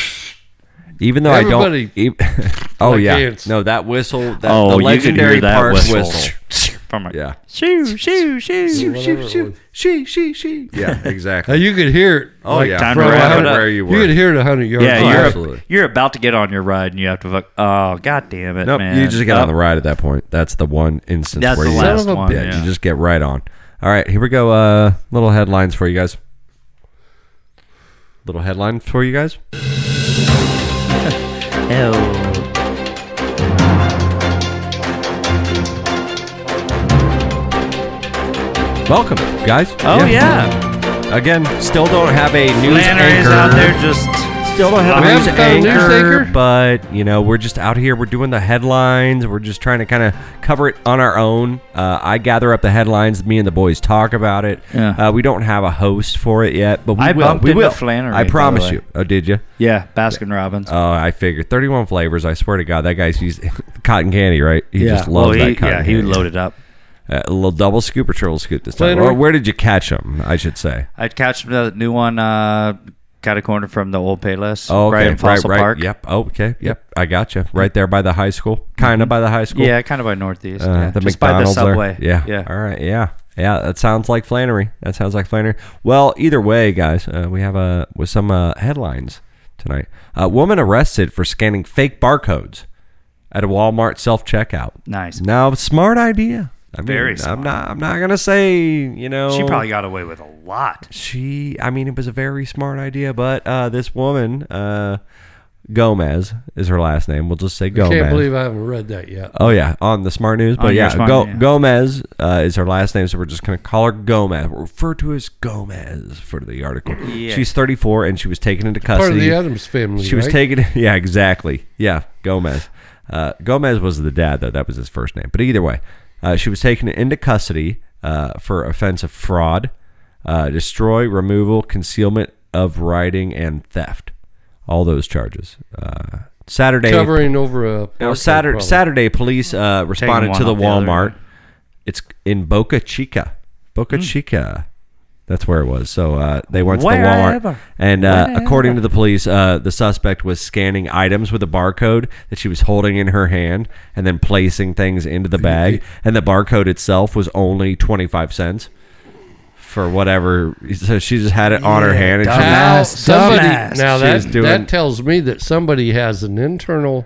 Even though
Everybody
I don't, e- [laughs] oh
like
yeah,
ants.
no, that whistle, that,
Oh,
the
you could
legendary
hear that
park
whistle. [laughs]
whistle.
from a,
Yeah.
shoo shoo shoo.
Whatever it was.
She, she, she. Yeah,
Now
exactly.
you could hear it.
Oh
like,
yeah,
time
time
to
from a
wrap it
hundred-
up.
where you were.
could hear it a hundred yards.
Yeah,
Oh,
you're
absolutely.
you're about to get on your ride and you have to fuck. Oh god damn it,
nope,
man!
you just get on the
Oh,
ride at that point. That's the one instance
That's
where
the
you
last
Son of a
one.
yeah,
Yeah.
you just get right on. All right, here we go. Uh, little headlines for you guys. Little headline for you guys. Welcome, guys.
oh yeah,
Again, still don't have a news
Lanner is
anchor.
out there just
Still don't have
We
a news
haven't found a
anchor,
news anchor?
but you know we're just out here. We're doing the headlines. We're just trying to kind of cover it on our own. Uh, I gather up the headlines. Me and the boys talk about it.
Yeah.
Uh, we don't have a host for it yet, but we
I
will.
bumped
we
into
will.
Flannery, by
I
the
promise
way.
you. Oh, did you?
yeah Baskin Robbins.
Oh, I figured. Thirty-one flavors. I swear to God, that guy's he's [laughs] cotton candy, right? He
yeah,
just loves
well, Oh, he,
that cotton
yeah,
candy.
he loaded up.
Uh, a little double scoop or triple scoop this time.
Flannery?
Or where did you catch him? I should say.
I'd catch the new one. Uh, got a corner from the old Payless.
Oh, okay.
right in Fossil
right,
Park.
Yep. Oh, okay. Yep. I got you. Right there by the high school. Kind of by the high school.
Mm-hmm. Yeah, kind of by Northeast.
Uh,
yeah.
The
Just
McDonald's
by the
there.
subway.
Yeah.
yeah.
All right. Yeah. Yeah. That sounds like Flannery. That sounds like Flannery. Well, either way, guys, uh, we have uh, with some uh, headlines tonight. A woman arrested for scanning fake barcodes at a Walmart self checkout.
Nice.
Now, smart idea. I mean,
Very smart.
I'm not. I'm not gonna say. You know,
She probably got away with a lot.
she i mean it was a very smart idea but uh, this woman uh, gomez is her last name we'll just say
I
gomez
can't believe I haven't read that yet.
oh yeah on the smart news but
On your
yeah,
Smart
Go-
News.
gomez uh, is her last name so we're just going to call her gomez We'll refer to her as gomez for the article
Yeah.
she's 34 and she was taken into
Uh,
Part of
custody
the Adams family.
she was
right?
taken [laughs] yeah exactly yeah gomez uh, gomez was the dad though that was his first name but either way uh, she was taken into custody uh, for offense of fraud uh, destroy removal concealment of writing and theft all those charges uh, saturday
covering over a.
now,
park
Saturday,
problem.
Saturday police uh, responded
one
to the
off the other.
Walmart. it's in Boca Chica.
Hmm.
Boca Chica. That's where it was. So uh, they went to the Walmart.
Wherever.
And uh, according to the police, uh, the suspect was scanning items with a barcode that she was holding in her hand and then placing things into the
[laughs]
bag. And the barcode itself was only 25 cents for whatever. So she just had it on her hand. And she
dumb.
was-
Now,
Dumbass,
somebody,
dumbass.
now
She
that,
was doing-
that tells me that somebody has an internal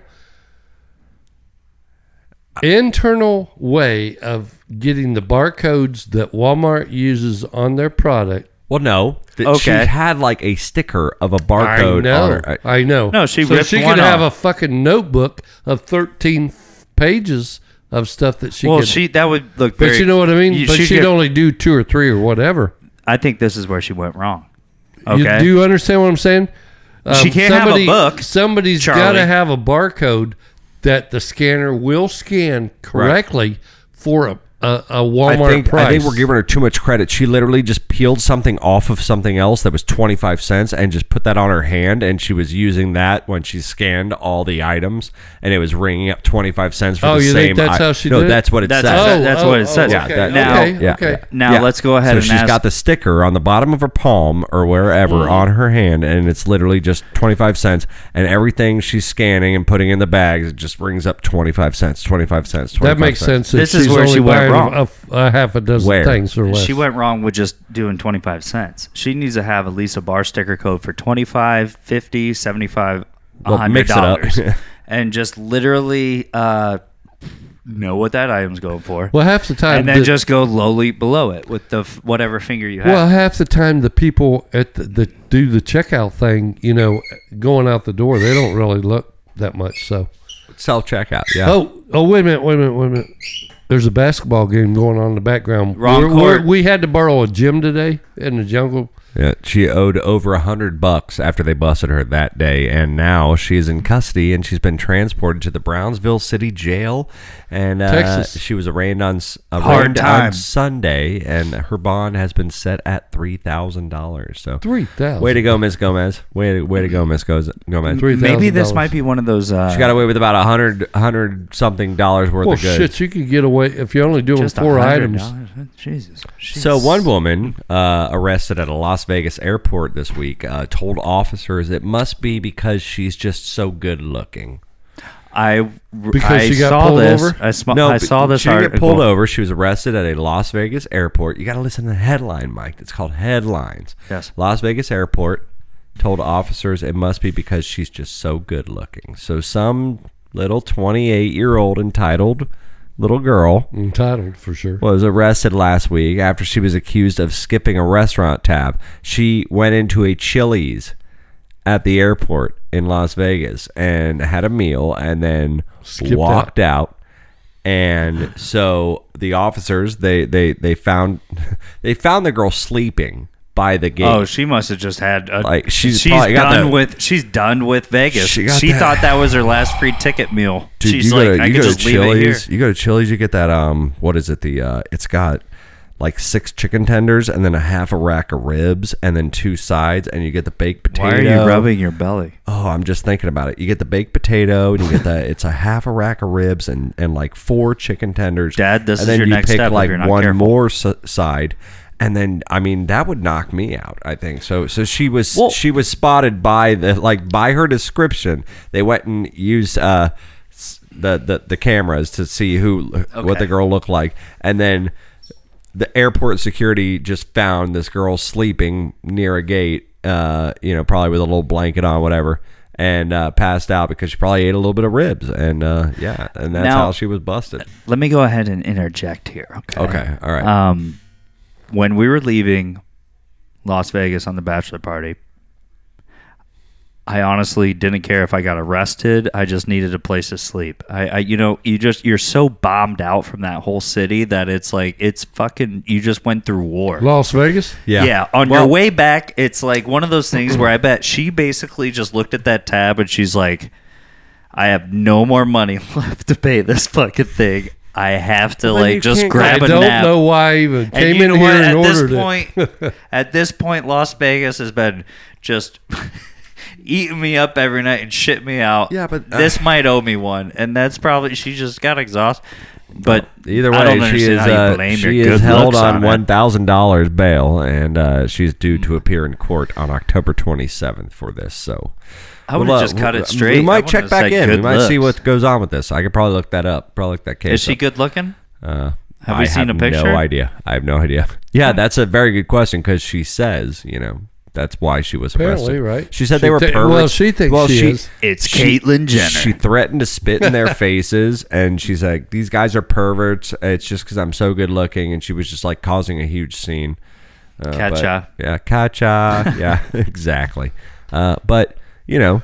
internal way of getting the barcodes that Walmart uses on their product.
well, no. That
Okay.
She had like a sticker of a barcode
I know.
on her. uh,
I know.
No, she
so
ripped
she
one
could have a
off.
fucking notebook of thirteen pages of stuff that she
well,
could.
she that would look.
but
very,
you know what I mean.
you-
but she'd
could-
only do two or three or whatever.
I think this is where she went wrong.
You,
Okay.
do you understand what I'm saying? Um,
She can't have a book,
Somebody's
Charlie.
got to have a barcode that the scanner will scan correctly for a, a, a
I
Walmart
think,
price.
I think we're giving her too much credit. She literally just peeled something off of something else that was 25 cents and just put that on her hand. And she was using that when she scanned all the items and it was ringing up 25 cents for
Oh,
the
you
same
think that's
i-
how she
No,
did it?
that's what it
That's-
says.
that- that's what it says.
Yeah,
Oh, Okay,
that-
now-
okay,
yeah,
okay.
yeah.
Now
Yeah.
let's go ahead
So
and
she's
ask-
got the sticker on the bottom of her palm or wherever
Mm.
on her hand, and it's literally just twenty five cents. And everything she's scanning and putting in the bags, it just brings up twenty five cents, twenty five cents, twenty five
That
cents.
makes sense. that
This is
she's
where
only
she went
buying
wrong.
A, f- a half a dozen
Where?
things or less.
She went wrong with just doing 25 cents. She needs to have at least a bar sticker code for 25, 50, 75,
Well,
100
mix it up.
dollars.
[laughs]
and just literally uh, know what that item's going for.
well, half the time,
and then
the-
just go lowly below it with the f- whatever finger you have.
well, half the time the people at the, the do the checkout thing, you know, going out the door, they don't really look that much. So,
Self checkout. Yeah.
Oh, oh, wait a minute, wait a minute, wait a minute. There's a basketball game going on in the background.
Wrong
We're- we're-
court.
we had to borrow a gym today in the jungle
Yeah, she owed over a hundred bucks after they busted her that day, and now she's in custody and she's been transported to the Brownsville City Jail. And uh,
Texas.
she was arraigned on s-
Hard
arraigned
time.
on Sunday, and her bond has been set at three thousand dollars. So
Three thousand.
way to go, Miss Gomez. Way to, way to go, Miss Goz- Gomez.
Three thousand.
Maybe this might be one of those. Uh,
She got away with about a hundred hundred something dollars worth
Well,
of goods.
shit, you could get away if you're only doing
just
four items.
$100. Jesus.
So
Jeez.
one woman uh, arrested at a Las Vegas airport this week uh, told officers it must be because she's just so good looking.
I
Because
I
she got
saw
pulled
this.
over?
I, sm-
No,
I
but
saw this
She didn't get
article.
pulled over. She was arrested at a Las Vegas airport. You got to listen to the headline, Mike. It's called headlines.
Yes.
Las Vegas airport told officers it must be because she's just so good looking. So some little twenty-eight year old entitled little girl.
Entitled for sure.
was arrested last week after she was accused of skipping a restaurant tab. She went into a Chili's at the airport in Las Vegas and had a meal and then
Skipped
walked out. And so the officers they they they found [laughs] they found the girl sleeping by the gate.
Oh, she must have just had a,
Like, she's
done
probably got that-
with she's done with Vegas.
She
She,
got that-
thought that was her last free ticket meal.
Dude,
she's
you
like,
go to,
I
you
could
go to
just leave it here.
Chili's. You go to Chili's, you get that um, what is it? The uh, it's got like six chicken tenders and then a half a rack of ribs and then two sides, and you get the baked potato.
Why are you rubbing your belly?
Oh, I'm just thinking about it. You get the baked potato, and you get the it's a half a rack of ribs and and like four chicken tenders.
Dad, this
and
is your next step if
like
you're not
one
careful.
more s- side. And then, I mean, that would knock me out. I think so. So she was
Well-
she was spotted by the like by her description. They went and used uh, s- the, the the cameras to see who what the girl looked like, and then the airport security just found this girl sleeping near a gate. Uh, you know, probably with a little blanket on, whatever, and uh, passed out because she probably ate a little bit of ribs. And uh, yeah, and that's
Now-
how she was busted.
Let me go ahead and interject here. Okay.
Okay, all right.
Um, when we were leaving Las Vegas on the bachelor party, I honestly didn't care if I got arrested. I just needed a place to sleep. I, I you know, you just you're so bombed out from that whole city that it's like it's fucking. You just went through war.
Las Vegas.
yeah,
On
Well,
your way back, it's like one of those things where I bet she basically just looked at that tab and she's like, I have no more money [laughs] left to pay this fucking thing. I have to
then you
like just
can't-
grab
I
a
don't
nap.
know why I even
and
came
you
in
know
here
what?
and
At
ordered
this
it.
[laughs]
point, at this point, Las Vegas has been just [laughs] eating me up every night and shit me out.
Yeah, but, uh,
this might owe me one, and that's probably she just got exhausted. But
Either
I
way,
don't
she
understand
is
how you
uh,
blame
she
your
is
good
held
looks
on,
on it. Mm.
one thousand dollars bail, and uh, she's due to appear in court on October twenty seventh for this. So
I would
Well,
have just
uh,
cut
we-
it straight.
We
I
might check
wouldn't have
back
said
in. We
good
might see
looks.
what goes on with this. I could probably look that up. Probably look that case.
Is she
up.
good looking?
Uh,
Have
I
we seen a picture?
No idea. I have no idea. [laughs] Yeah, that's a very good question because she says, you know, that's why she was
Apparently,
arrested.
right?
She said
She
they were
thi-
perverts.
well, she thinks she is.
It's
she-
Caitlyn Jenner.
She threatened to spit
[laughs]
in their faces, and she's like, "These guys are perverts. It's just because I'm so good looking." And she was just like causing a huge scene. Uh, but-
Gotcha.
yeah,
[laughs]
catcha. yeah, [laughs] exactly. Uh, but you know,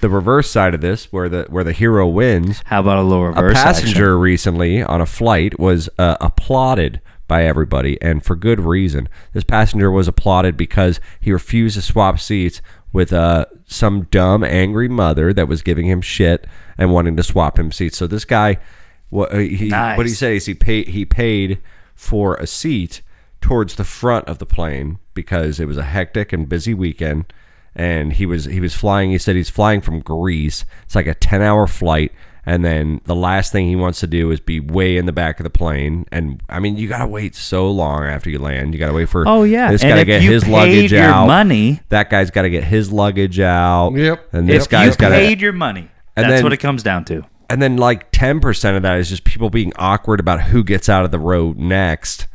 the reverse side of this, where the where the hero wins,
How about a little
a
reverse
passenger recently on a flight was uh, applauded by everybody and for good reason. This passenger was applauded because he refused to swap seats with uh, some dumb, angry mother that was giving him shit and wanting to swap him seats. So this guy, what uh, he
Nice.
what he said is he paid he paid for a seat towards the front of the plane because it was a hectic and busy weekend and he was he was flying he said he's flying from Greece it's like a 10 hour flight and then the last thing he wants to do is be way in the back of the plane and I mean you got to wait so long after you land you got to wait for
Oh, yeah.
this
And
got to
if
get
you
his
paid
luggage
your
out
money-
that guy's got to get his luggage out
Yep.
and this
If
You
guy's got to
paid your money.
And
That's
then-
what it comes down to.
and then like 10% of that is just people being awkward about who gets out of the row next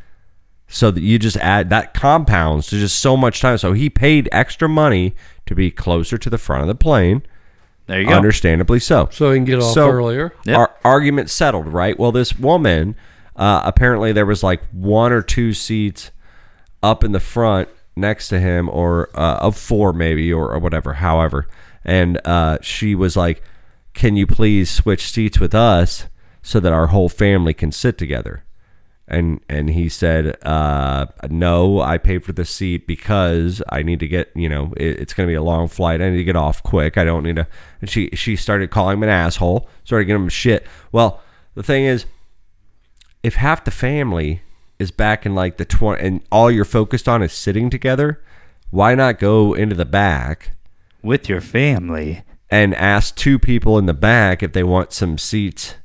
so that you just add that compounds to just so much time so he paid extra money to be closer to the front of the plane
There you go.
understandably so
So he can get off earlier.
Yep.
our argument settled right well this woman uh, apparently there was like one or two seats up in the front next to him or uh, of four maybe or, or whatever however and uh, she was like can you please switch seats with us so that our whole family can sit together and and he said, uh, "No, I paid for the seat because I need to get you know it, it's going to be a long flight. I need to get off quick. I don't need to." And she she started calling him an asshole, started giving him shit. Well, the thing is, if half the family is back in like the 20 and all you're focused on is sitting together, why not go into the back
with your family.
and ask two people in the back if they want some seats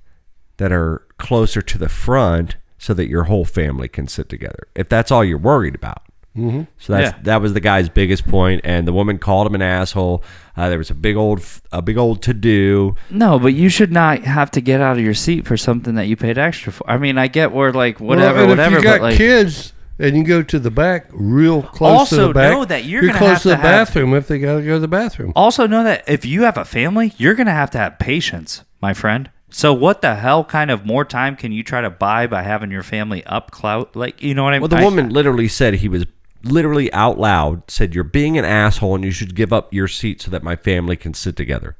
that are closer to the front so that your whole family can sit together if that's all you're worried about mm-hmm. so that's
Yeah.
that was the guy's biggest point and the woman called him an asshole uh, there was a big old a big old to do
No, but you should not have to get out of your seat for something that you paid extra for. I mean, I get where like whatever,
Well, and
whatever,
If you got
but like
kids and you go to the back, real close to
Also
the back,
know that you're gonna
close
have
to the
to have-
bathroom if they got to go to the bathroom.
also know that if you have a family, you're gonna have to have patience, my friend. So what the hell kind of more time can you try to buy by having your family up clout? Like you know what I mean?
Well, the
I-
woman literally said he was literally out loud said you're being an asshole and you should give up your seat so that my family can sit together.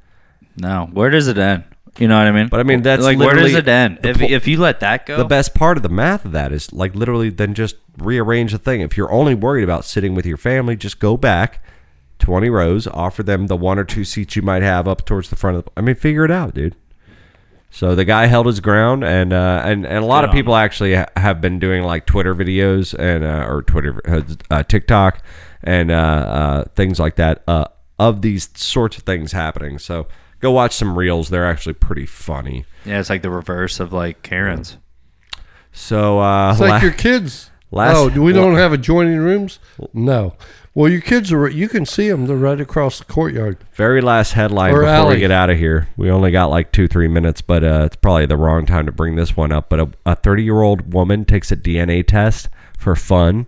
no. Where does it end? You know what I mean?
But I mean, that's
like where does
literally
it end?
the
If,
po-
if you let that go,
The best part of the math of that is like literally then just rearrange the thing. If you're only worried about sitting with your family, just go back 20 rows, offer them the one or two seats you might have up towards the front of the I mean, figure it out, dude. So the guy held his ground, and uh, and and a lot of people actually ha- have been doing like Twitter videos and uh, or Twitter uh, uh, TikTok and uh, uh, things like that uh, of these sorts of things happening. So go watch some reels; they're actually pretty funny.
yeah, it's like the reverse of like Karen's.
So uh,
It's like
la-
your kids.
last-
oh, do we don't have adjoining rooms? No. Well, your kids are. You can see them. They're right across the courtyard.
Very last headline
Or
before we
alley.
get out of here. We only got like two, three minutes, but uh, it's probably the wrong time to bring this one up. But a 30 year old woman takes a DNA test for fun,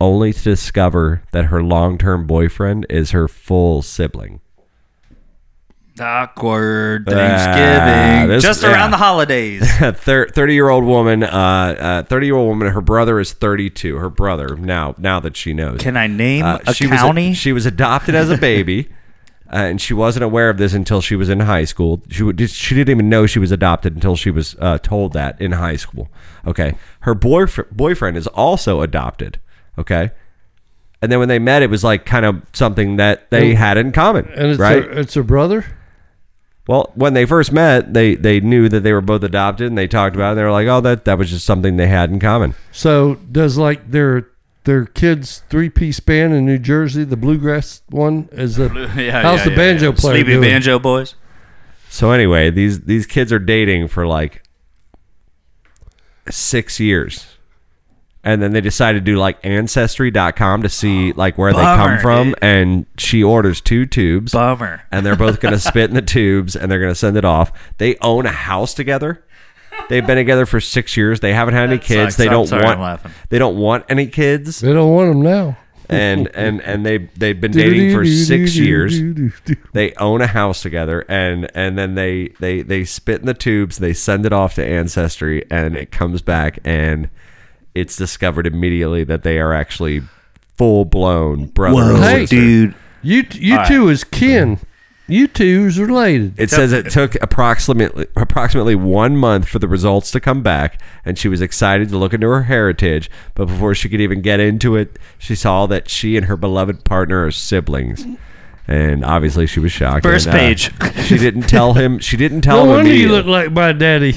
only to discover that her long term boyfriend is her full sibling. [laughs]
Awkward
Ah,
Thanksgiving,
this-
just
yeah.
around the holidays.
30 year old woman, uh, 30 year old woman, her brother is 32. Her brother, now now that she knows.
Can I name
Uh,
a
she
county?
Was she was adopted
[laughs]
as a baby, uh, and she wasn't aware of this until she was in high school. She would, she didn't even know she was adopted until she was uh, told that in high school. Okay, her boyfriend boyfriend is also adopted. Okay, and then when they met, it was like kind of something that they had in common,
And it's
right?
their, it's their brother.
Well, when they first met, they they knew that they were both adopted, and they talked about it. And they were like, "Oh, that that was just something they had in common."
So does like their their kids three piece band in New Jersey, the bluegrass one, is [laughs] the
[laughs] Yeah,
how's
yeah,
the
yeah,
banjo
yeah.
player
Sleepy
doing?
banjo boys.
So anyway, these these kids are dating for like six years. And then they decide to do like ancestry.com to see like where they
Oh, Bummer,
come from.
dude.
And she orders two tubes.
Bummer.
And they're both
[laughs]
gonna spit in the tubes and they're gonna send it off. They own a house together. They've been together for six years. They haven't had any kids.
sucks.
They
I'm
don't
sorry, I'm
want
laughing.
they don't want any kids.
They don't want them now.
And and and they they've been dating for six years they own a house together and and then they they they spit in the tubes they send it off to ancestry and it comes back and it's discovered immediately that they are actually full blown brother and
Hey.
sister.
dude.
You t- you two is kin. You two is related.
It says it took approximately approximately one month for the results to come back, and she was excited to look into her heritage. But before she could even get into it, she saw that she and her beloved partner are siblings, and obviously she was shocked.
First
and, uh,
page.
she didn't tell him. She didn't tell
No
him.
wonder you
immediately.
look like my daddy.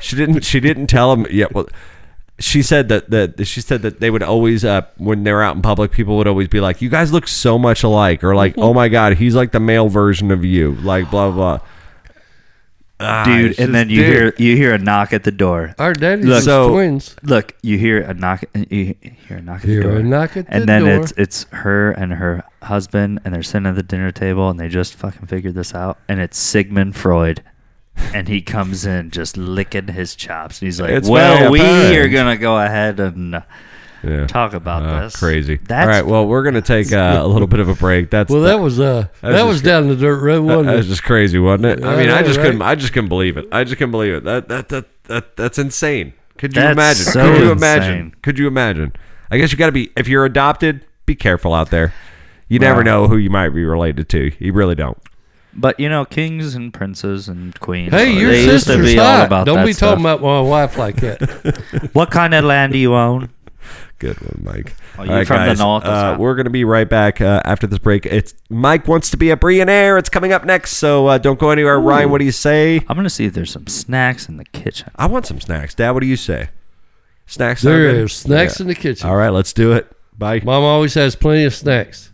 She didn't. She didn't tell him. Yeah. Well, she said that that she said that they would always uh when they were out in public, people would always be like, "You guys look so much alike," or like, "Oh my god, he's like the male version of you," like blah blah. Ah,
dude,
it's
and then
just-
you
dude.
hear you hear a knock at the door.
Our daddy's
Look,
is
so-
twins.
Look, you hear a knock. You hear a knock at
Hear
the door.
a knock at the
and then
door.
it's it's her and her husband, and they're sitting at the dinner table, and they just fucking figured this out. And it's Sigmund Freud, and he comes in just licking his chops, and he's like,
It's
"Well,
very
we
apparent."
are gonna go ahead and uh,
Yeah.
talk about
Ah,
this."
crazy.
That's
All right, well, we're gonna take uh, a little bit of a break. That's
Well, that was uh, that,
was
was
just-
down the dirt road,
that,
wasn't
that was
it?
just crazy, wasn't it? I
I
mean, I
know,
just
right?
couldn't. I just couldn't believe it. I just couldn't believe it. That that that, that that's insane. Could you
That's
imagine?
so
Could you
insane.
imagine? Could you imagine? I guess you got to be if you're adopted. Be careful out there. You never know who you might be related to. You really don't.
But you know, kings and princes and queens.
Hey, your
they used to
sister's
be all
hot.
about
Don't
that
be
stuff.
talking about my wife like
[laughs]
that.
what kind of land do you own?
Good one, Mike.
Oh, you're from the nautical
uh,
side.
We're going to be right back uh, after this break. It's Mike wants to be a Brionaire. It's coming up next, so uh, don't go anywhere. Ryan, what do you say?
I'm gonna see if there's some snacks in the kitchen.
I want some snacks. Dad, what do you say? Snacks. sound
There
good?
is snacks
Yeah.
in the kitchen.
All right, let's do it. Bye.
Mom always has plenty of snacks.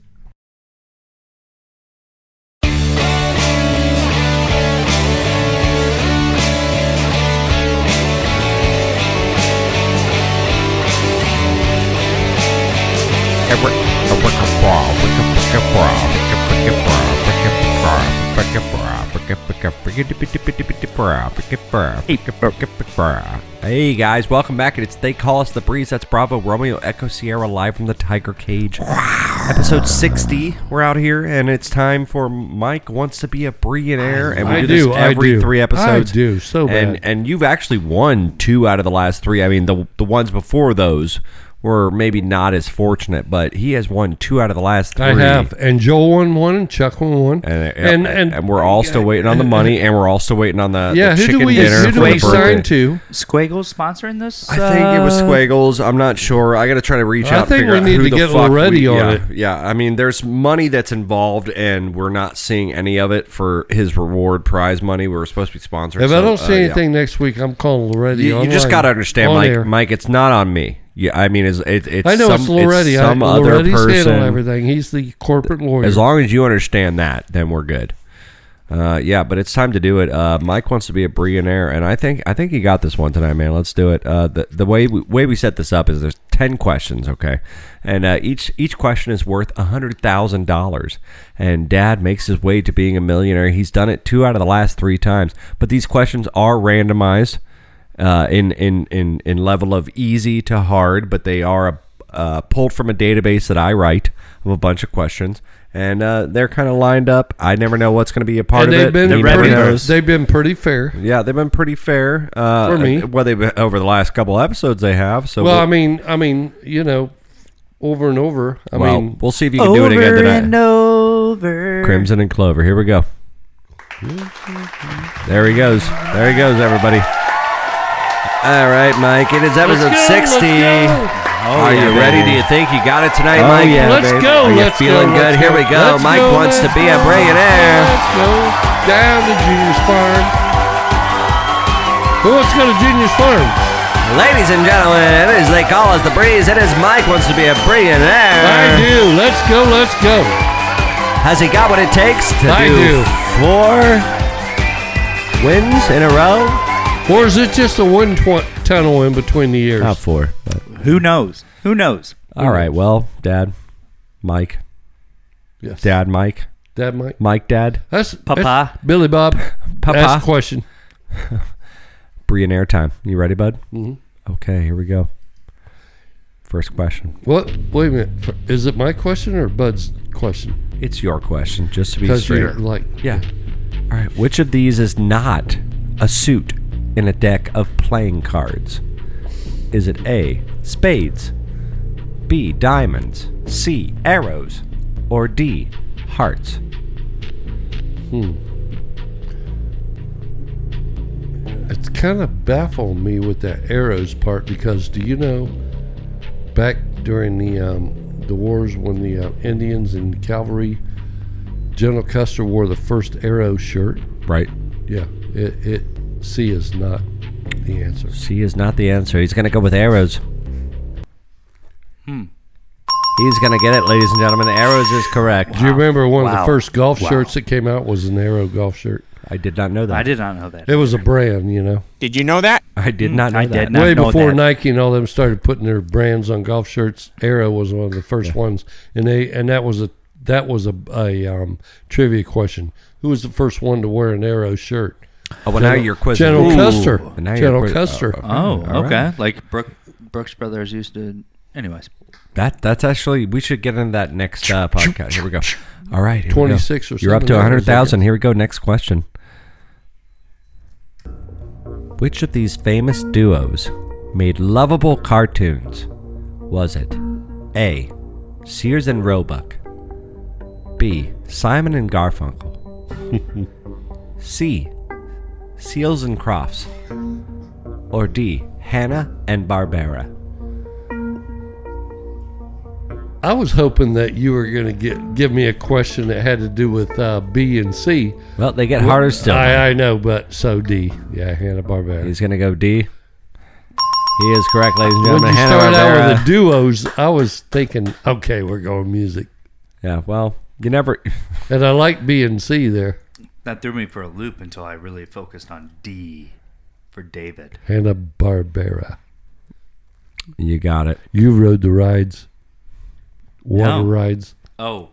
Hey guys, welcome back. And it's They Call Us the Breeze. That's Bravo Romeo Echo Sierra live from the Tiger Cage. Episode 60. We're out here, and it's time for Mike Wants to Be a Billionaire. And we
I
do,
do.
this
I
every
do.
three episodes.
I do so bad.
And, and you've actually won two out of the last three. I mean, the, the ones before those were maybe not as fortunate, but he has won two out of the last three.
I have. And Joel won one, and Chuck won one,
And, uh, and, and, we're all still
Yeah.
waiting on the money, and we're all still waiting on the,
Yeah,
the
who
chicken
do we
dinner.
who
for
do we
the
sign
birthday.
to?
Squaggle's sponsoring this? Uh,
I think it was Squiggles. I'm not sure. I got to try to reach
I
out. and
think
figure
we
out
need
who
to
the
get
fuck
Loretti
we-
on
yeah,
it.
Yeah, I mean, there's money that's involved, and we're not seeing any of it for his reward prize money. We were supposed to be sponsored.
If I
so,
don't see
uh, yeah.
anything next week, I'm calling Loretti.
you, you just
online,
got to understand,
on
Mike.
air.
Mike, it's not on me. Yeah, I mean, it's it, it's
I know
some,
it's Loretti.
some
I,
other
Loretti's
person.
handling everything. He's the corporate lawyer.
As long as you understand that, then we're good. Uh, yeah, but it's time to do it. Uh, Mike wants to be a billionaire, and I think I think he got this one tonight, man. Let's do it. Uh, the the way we, way we set this up is there's ten questions, okay, and uh, each each question is worth hundred thousand dollars. And Dad makes his way to being a millionaire. He's done it two out of the last three times, but these questions are randomized uh, in, in in in level of easy to hard, but they are uh, pulled from a database that I write of a bunch of questions, and uh, they're kind of lined up. I never know what's going to be a part
and
of
they've
it.
been
The
You
red
never
pretty,
know.
windows.
they've been pretty fair.
Yeah, they've been pretty fair uh,
For me.
Well, they've been, over the last couple episodes they have. So
Well,
we'll,
I mean, I mean, you know, over and over. I
well,
mean,
we'll see if you can do
Over
it again tonight.
and over.
Crimson and Clover. Here we go. There he goes. There he goes, everybody. All right, Mike. It is episode Oh,
go, let's
60.
go.
Are you ready? Do you think you got it tonight, Mike?
yeah, Let's babe. go,
Oh, Are you
let's
feeling
go,
good?
let's
Here
go.
we go.
Let's
Mike
go,
wants to
let's
be a
go.
billionaire.
let's go down to Junior's Farm. Who wants to go to Junior's Farm?
Ladies and gentlemen, as they call us the breeze, it is Mike wants to be a Uh,
I
billionaire.
do. Let's go. Let's go.
Has he got what it takes to
I do.
four wins in a row?
Or is it just a one tw- tunnel in between the years?
Not four. But.
Who knows? Who knows?
All right. Well, Dad, Mike,
Yes.
Dad, Mike,
Dad, Mike.
Mike, Dad,
That's
Papa.
that's Billy Bob.
[laughs] Papa.
Ask a question.
Brionaire time. You ready, bud? Mm-hmm. Okay. Here we go. First question.
What? Wait a minute. Is it my question or Bud's question?
It's your question, just to be
Because you're
straight.
like,
Yeah. All right. Which of these is not a suit in a deck of playing cards? Is it A, spades, B, diamonds, C, arrows, or D, hearts?
it's kind of baffling me with that arrows part because do you know back during the um, the wars when the uh, Indians and cavalry, General Custer wore the first arrow shirt?
Right.
Yeah. It, it C is not the answer.
C is not the answer. He's going to go with arrows. Hmm. He's going to get it, ladies and gentlemen. Arrows is correct.
Do you remember one of
Wow.
the first golf
Wow.
shirts that came out was an arrow golf shirt?
I did not know that.
I did not know that.
It was a brand, you know.
Did you know that?
I did not know
I
that.
did not.
way
know
before
that.
Nike and all them started putting their brands on golf shirts. Arrow was one of the first ones, and they and that was a that was a, a um, trivia question. Who was the first one to wear an Arrow shirt?
Oh, well, now you're quizzing.
General
me.
Custer.
And now you're
General
quiz- uh,
Custer.
Oh,
All right.
okay. Like Brook, Brooks Brothers used to. Anyways,
That that's actually we should get into that next uh, podcast. Here we go. All right, here we go.
26 or
You're up to
something.
hundred thousand. Here we go. Next question. Which of these famous duos made lovable cartoons? Was it A.
[laughs]
Sears and Roebuck, B. Simon and Garfunkel, C. Seals and Crofts. Or D. Hannah and Barbera.
I was hoping that you were going to get give me a question that had to do with uh, B and C.
Well, they get harder still.
I, I know, but so D. Yeah, Hannah Barbera.
He's going to go D. He is correct, ladies and
When
gentlemen.
you
Hannah
started out
Barbera.
with the duos, I was thinking, okay, we're going music,
yeah, well, you never. [laughs]
and I like B and C there.
That threw me for a loop until I really focused on D for David.
Hannah Barbera.
You got it.
You rode the rides, water
No.
rides.
Oh,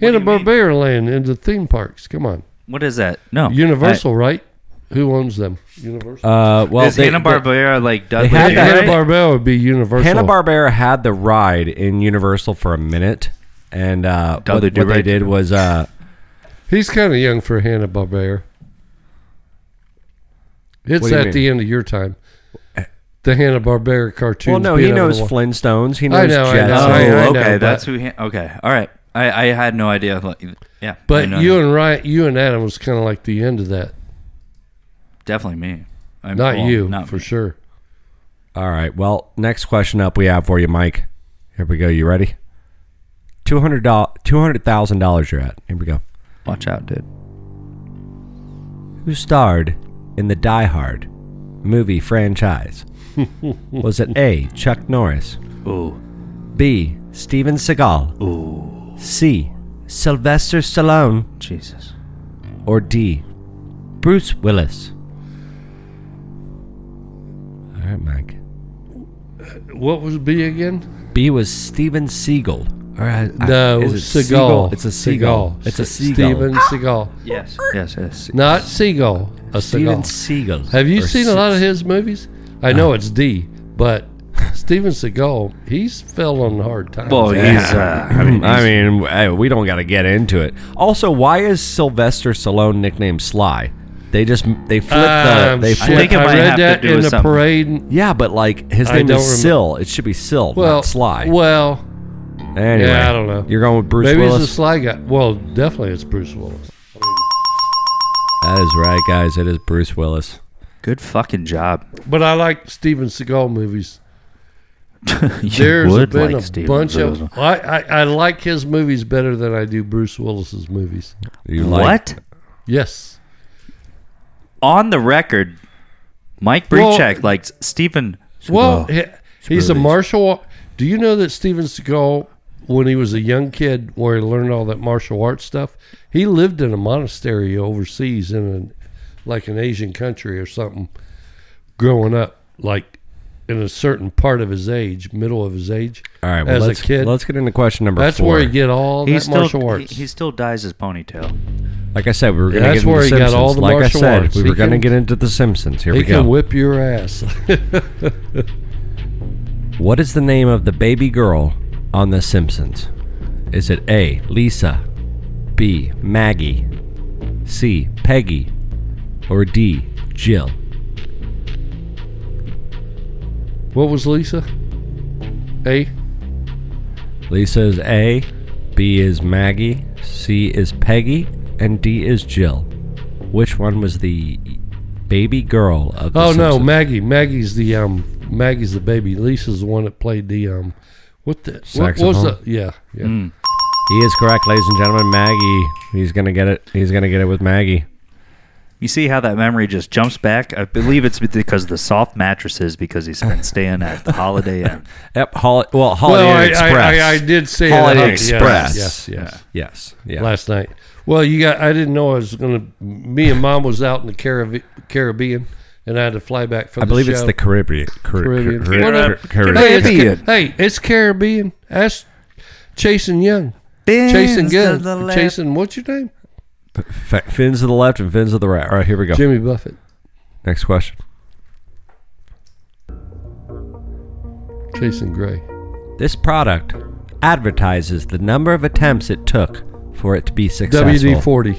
Hannah
you mean?
Barbera land into theme parks. Come on,
what is that? No,
Universal, right? Who owns them? Universal.
Uh,
I,
well,
is Hanna Barbera like Dudley?
had that-
Hannah Barbera would be Universal.
Hanna Barbera had the ride in Universal for a minute, and uh,
Done
what,
the
what they
do-right.
did was
[laughs]
uh,
He's kind of young for Hanna Barbera.
What
It's
do you
at
mean?
the end of your time. The Hanna Barbera cartoon.
well, no, he knows Flintstones, he knows
know, I
Jets.
know,
Oh,
I know,
okay,
but-
that's who. Han- okay, all right. I, I had no idea. Like, yeah, I
But
know
you
that.
and Ryan, you and Adam was kind of like the end of that.
definitely me. I'm,
Not
well,
you,
not
for
me.
sure.
All right. Well, next question up we have for you, Mike. Here we go. You ready? Two hundred dollars, two hundred thousand dollars. You're at. Here we go.
Watch out, dude.
Who starred in the Die Hard movie
[laughs]
franchise? Was it A. Chuck Norris,
Ooh,
B. Steven Seagal, C. Sylvester Stallone,
Jesus.
or D. Bruce Willis? All right, Mike.
What was B again?
B was Steven Seagal. Or uh,
No,
is it
Seagal.
It's a Seagal. It's a Seagal.
Steven Seagal.
Yes. Yes. Yes.
Not Seagal. A
Steven
Seagal.
Seagal.
Have you
Or
seen a
Se-
lot of his movies? I know it's D, but Steven Seagal, he's fell on hard times.
Well, he's. Uh, I mean,
I mean, I- we don't got to get into it. Also, why is Sylvester Stallone nicknamed Sly? They just they flip the
Um,
they
shit,
I
flip.
think it might
read
have to
that
do
in
with
the
something.
parade
Yeah, but like his
I
name
don't
is
remem-
Sil. It should be Sil,
Well,
not Sly.
Well,
anyway,
yeah, I don't know.
You're going with Bruce
maybe
Willis.
it's a Sly guy. Well, definitely it's Bruce Willis.
that is right, guys. It is Bruce Willis.
good fucking job. [laughs]
But I like Steven Seagal movies. There's been a bunch of. I, I, I like his movies better than I do Bruce Willis's movies.
You like-
What?
Yes.
On the record, Mike
Well-
Brechek likes Stephen.
Well, he, he's a
Willis.
martial. ar- Do you know that Steven Seagal, when he was a young kid, where he learned all that martial arts stuff, he lived in a monastery overseas in an like an Asian country or something. Growing up, like in a certain part of his age, middle of his age,
All right, well,
as
let's
a kid,
let's get into question number
that's
four.
where he get all
He
that martial
still, he,
arts.
he still dyes his ponytail.
like I said, we were going to
That's
get into
where
the
he got
Simpsons.
all the
like I
martial
said,
arts.
we
He
were going to
can-
get into the Simpsons. Here
he
we go.
can whip your ass. [laughs]
What is the name of the baby girl on The Simpsons? Is it A. Lisa, B. Maggie, C. Peggy, or D. Jill?
what was Lisa? Hey,
Lisa is A, B is Maggie, C is Peggy, and D is Jill. Which one was the baby girl of The
oh no,
Simpsons?
Maggie. Maggie's the um, Maggie's the baby. Lisa's the one that played the um, what the what, was
Saxophone?
the yeah yeah.
Hmm. He is correct, ladies and gentlemen. Maggie. He's gonna get it. He's gonna get it with Maggie.
You see how that memory just jumps back? I believe it's because of the soft mattresses because he's been staying at the Holiday Inn.
Yep. Hol- well, Holiday
Well, I,
Inn Express.
I, I, I did say
Holiday
that.
Express.
Yes, yes, yes.
Yes. Yeah.
Last night. Well, you got. I didn't know I was gonna. Me and mom was out in the Carav- Caribbean, and I had to fly back from.
I believe
the
it's
show.
the Caribbean. Car-
Caribbean.
Car-
What
Car-
up?
Caribbean.
Hey, it's,
Caribbean.
Ca- hey, it's Caribbean. That's Chasing Young. [laughs] Chasing Good. Chasing, what's your name?
Fa- Fins to the left and fins to the right. All right, here we go.
Jimmy Buffett.
Next question.
Chasing Gray.
This product advertises the number of attempts it took for it to be successful.
WD 40.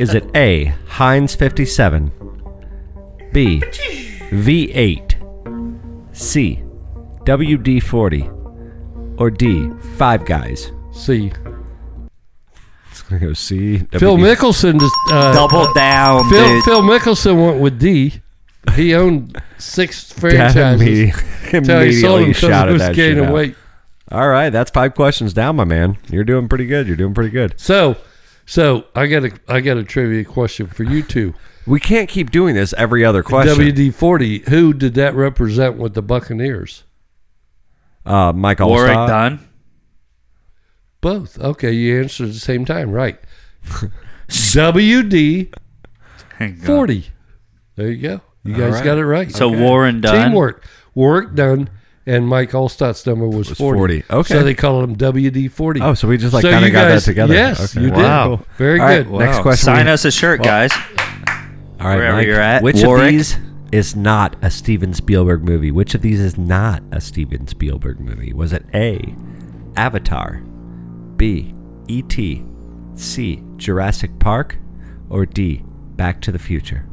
Is it A, Heinz 57, B, V8, C, WD 40, or D, Five Guys?
C.
I go see
Phil Mickelson just uh,
Double down,
Phil,
dude.
Phil Mickelson went with D. He owned
[laughs]
six
immediately,
[laughs] franchises. Until he
immediately
sold them because he
shouted
was
that shit
gaining
out.
weight.
All right, that's five questions down, my man. You're doing pretty good. You're doing pretty good.
So, so I got a I got a trivia question for you two.
We can't keep doing this every other question.
WD forty. Who did that represent with the Buccaneers?
uh, Mike
Warwick
Allstott.
Dunn.
Both. Okay, you answered at the same time,
[laughs]
right? WD
Hang on.
forty. There you go. You guys got it right.
So Warren Dunn.
teamwork, work done, and Mike Allstott's number was,
40.
forty.
Okay.
So they called him WD forty.
Oh, so we just like
So
kind
you
of got
guys-
that together.
yes,
Okay.
you did.
Wow.
Very
All right,
good.
well, Next question
Sign
we-
us a shirt, guys.
All right,
wherever
Mike,
you're at,
Which
Warwick.
of these is not a Steven Spielberg movie? Which of these is not a Steven Spielberg movie? Was it A, Avatar, B, E.T., C, Jurassic Park, or D, Back to the Future?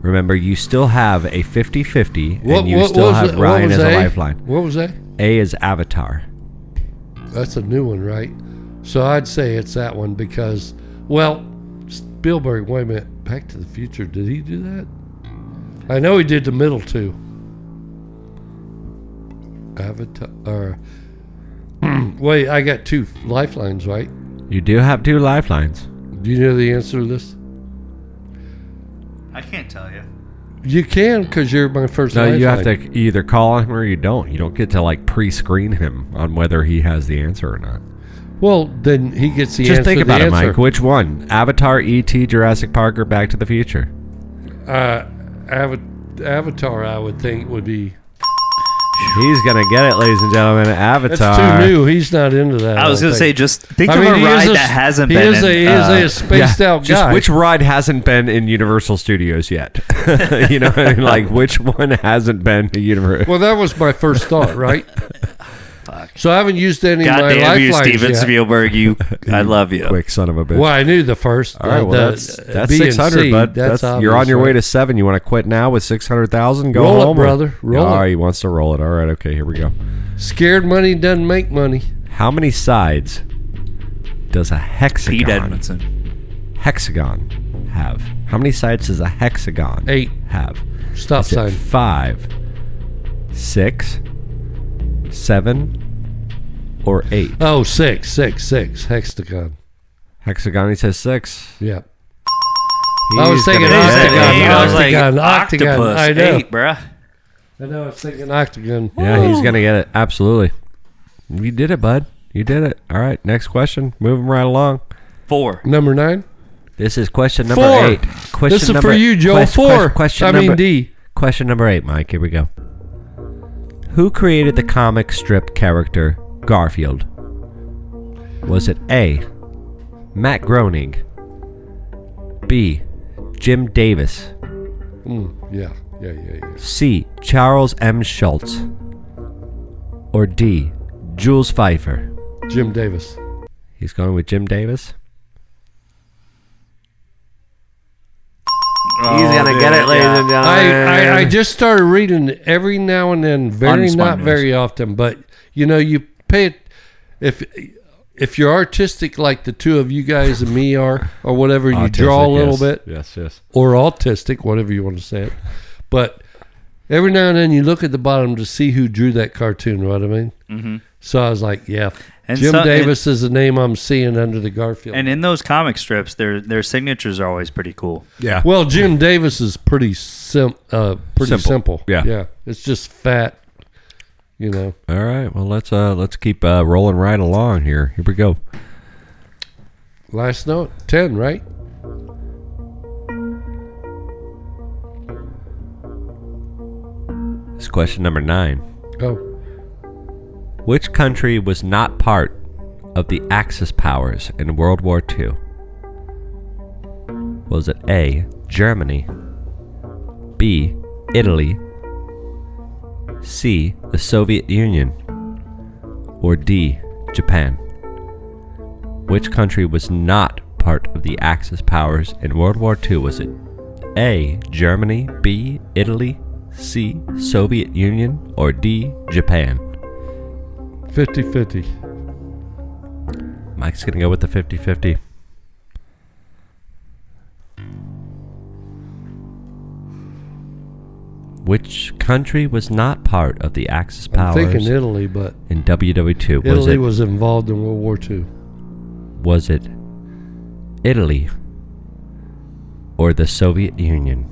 Remember, you still have a 50 50, and you still have
it-
Ryan
was
as a
that?
lifeline.
What was that?
A is Avatar.
That's a new one, right? So I'd say it's that one because, well, Spielberg. Wait a minute, Back to the Future. Did he do that? I know he did the middle two. Avatar. Or, [clears throat] wait, I got two lifelines, right?
You do have two lifelines.
Do you know the answer to this?
I can't tell you.
You can because you're my first.
No, you have
lifeline.
to either call him or you don't. You don't get to like pre screen him on whether he has the answer or not.
Well, then he gets the
Just
answer.
think
the
about it,
answer.
Mike. Which one? Avatar, E.T., Jurassic Park, or Back to the Future?
Uh, Ava- Avatar, I would think would be.
He's gonna get it, ladies and gentlemen.
That's
Avatar.
too new. He's not into that.
I was
going
gonna
to
say, just think
I
of
mean,
a
he
ride
is a,
that hasn't
he
been.
Is a,
in,
he is
uh,
a spaced out
Just
guy.
which ride hasn't been in Universal Studios yet? [laughs] you know, what I mean? like which one hasn't been a universe?
well, that was my
[laughs]
first thought, right? So I haven't used any
God
of my
damn you,
lifelines
Steven
yet.
Spielberg.
[laughs]
You, I love you.
Quick son of a bitch.
Well, I knew the first.
All right,
uh,
well
the,
that's that's
B and
six hundred,
C,
bud.
That's
That's, you're on
obvious,
your way
right?
to seven. You want to quit now with six hundred thousand? Go
Roll it,
home, or-
brother. Roll
All
it.
right, he wants to roll it. All right, okay, here we go.
Scared money doesn't make money.
How many sides does a hexagon?
Pete Edmondson.
hexagon have? How many sides does a hexagon
Eight.
have?
Stop
Is it
sign.
five, six, seven, or eight?
Oh, six, six, six. Hexagon.
Hexagon, he says six.
Yeah. I was
He's
thinking
gonna
octagon,
get it.
octagon,
I was like,
octagon,
octopus,
I know.
eight, bruh.
I know. I was thinking octagon.
Yeah, he's gonna get it. Absolutely. You did it, bud. You did it. All right, next question. Move him right along.
Four.
Number nine.
This is question number
Four.
eight. Question
this is
number
for you, Joel.
quest-
Four.
quest- Question,
I
number
mean D.
Question number eight, Mike. Here we go. Who created the comic strip character Garfield? Was it A. Matt Groening, B. Jim Davis,
Mm, yeah, yeah, yeah, yeah.
C. Charles M. Schultz, or D. Jules Pfeiffer?
Jim Davis.
He's going with Jim Davis.
He's gonna get it, ladies and gentlemen.
I, I, I just started reading every now and then, very not
Unspontaneous.
very often, but you know, you pay it if if you're artistic like the two of you guys and me are, or whatever, you draw a little bit,
Yes, yes.
or autistic, whatever you want to say it. But every now and then, you look at the bottom to see who drew that cartoon. What I mean. Mm-hmm. So I was like, yeah,
And
Jim
so-
Davis is the name I'm seeing under the Garfield.
And in those comic strips, their their signatures are always pretty cool.
Yeah.
Well, Jim Davis is pretty sim- uh, pretty
Simple.
simple.
Yeah.
yeah. It's just fat, you know.
All right. Well, let's uh let's keep uh, rolling right along here. Here we go.
Last note, ten, right?
This is question number nine.
Oh,
Which country was not part of the Axis powers in World War II? Was it A. Germany, B. Italy, C. The Soviet Union, or D. Japan? Which country was not part of the Axis powers in World War II? Was it A. Germany, B. Italy, C. Soviet Union, or D. Japan?
50-50.
Mike's going to go with the 50 50. Which country was not part of the Axis
I'm
powers
thinking Italy, but
in WW2? Was
Italy
it
was involved in World War II.
was it Italy or the Soviet Union?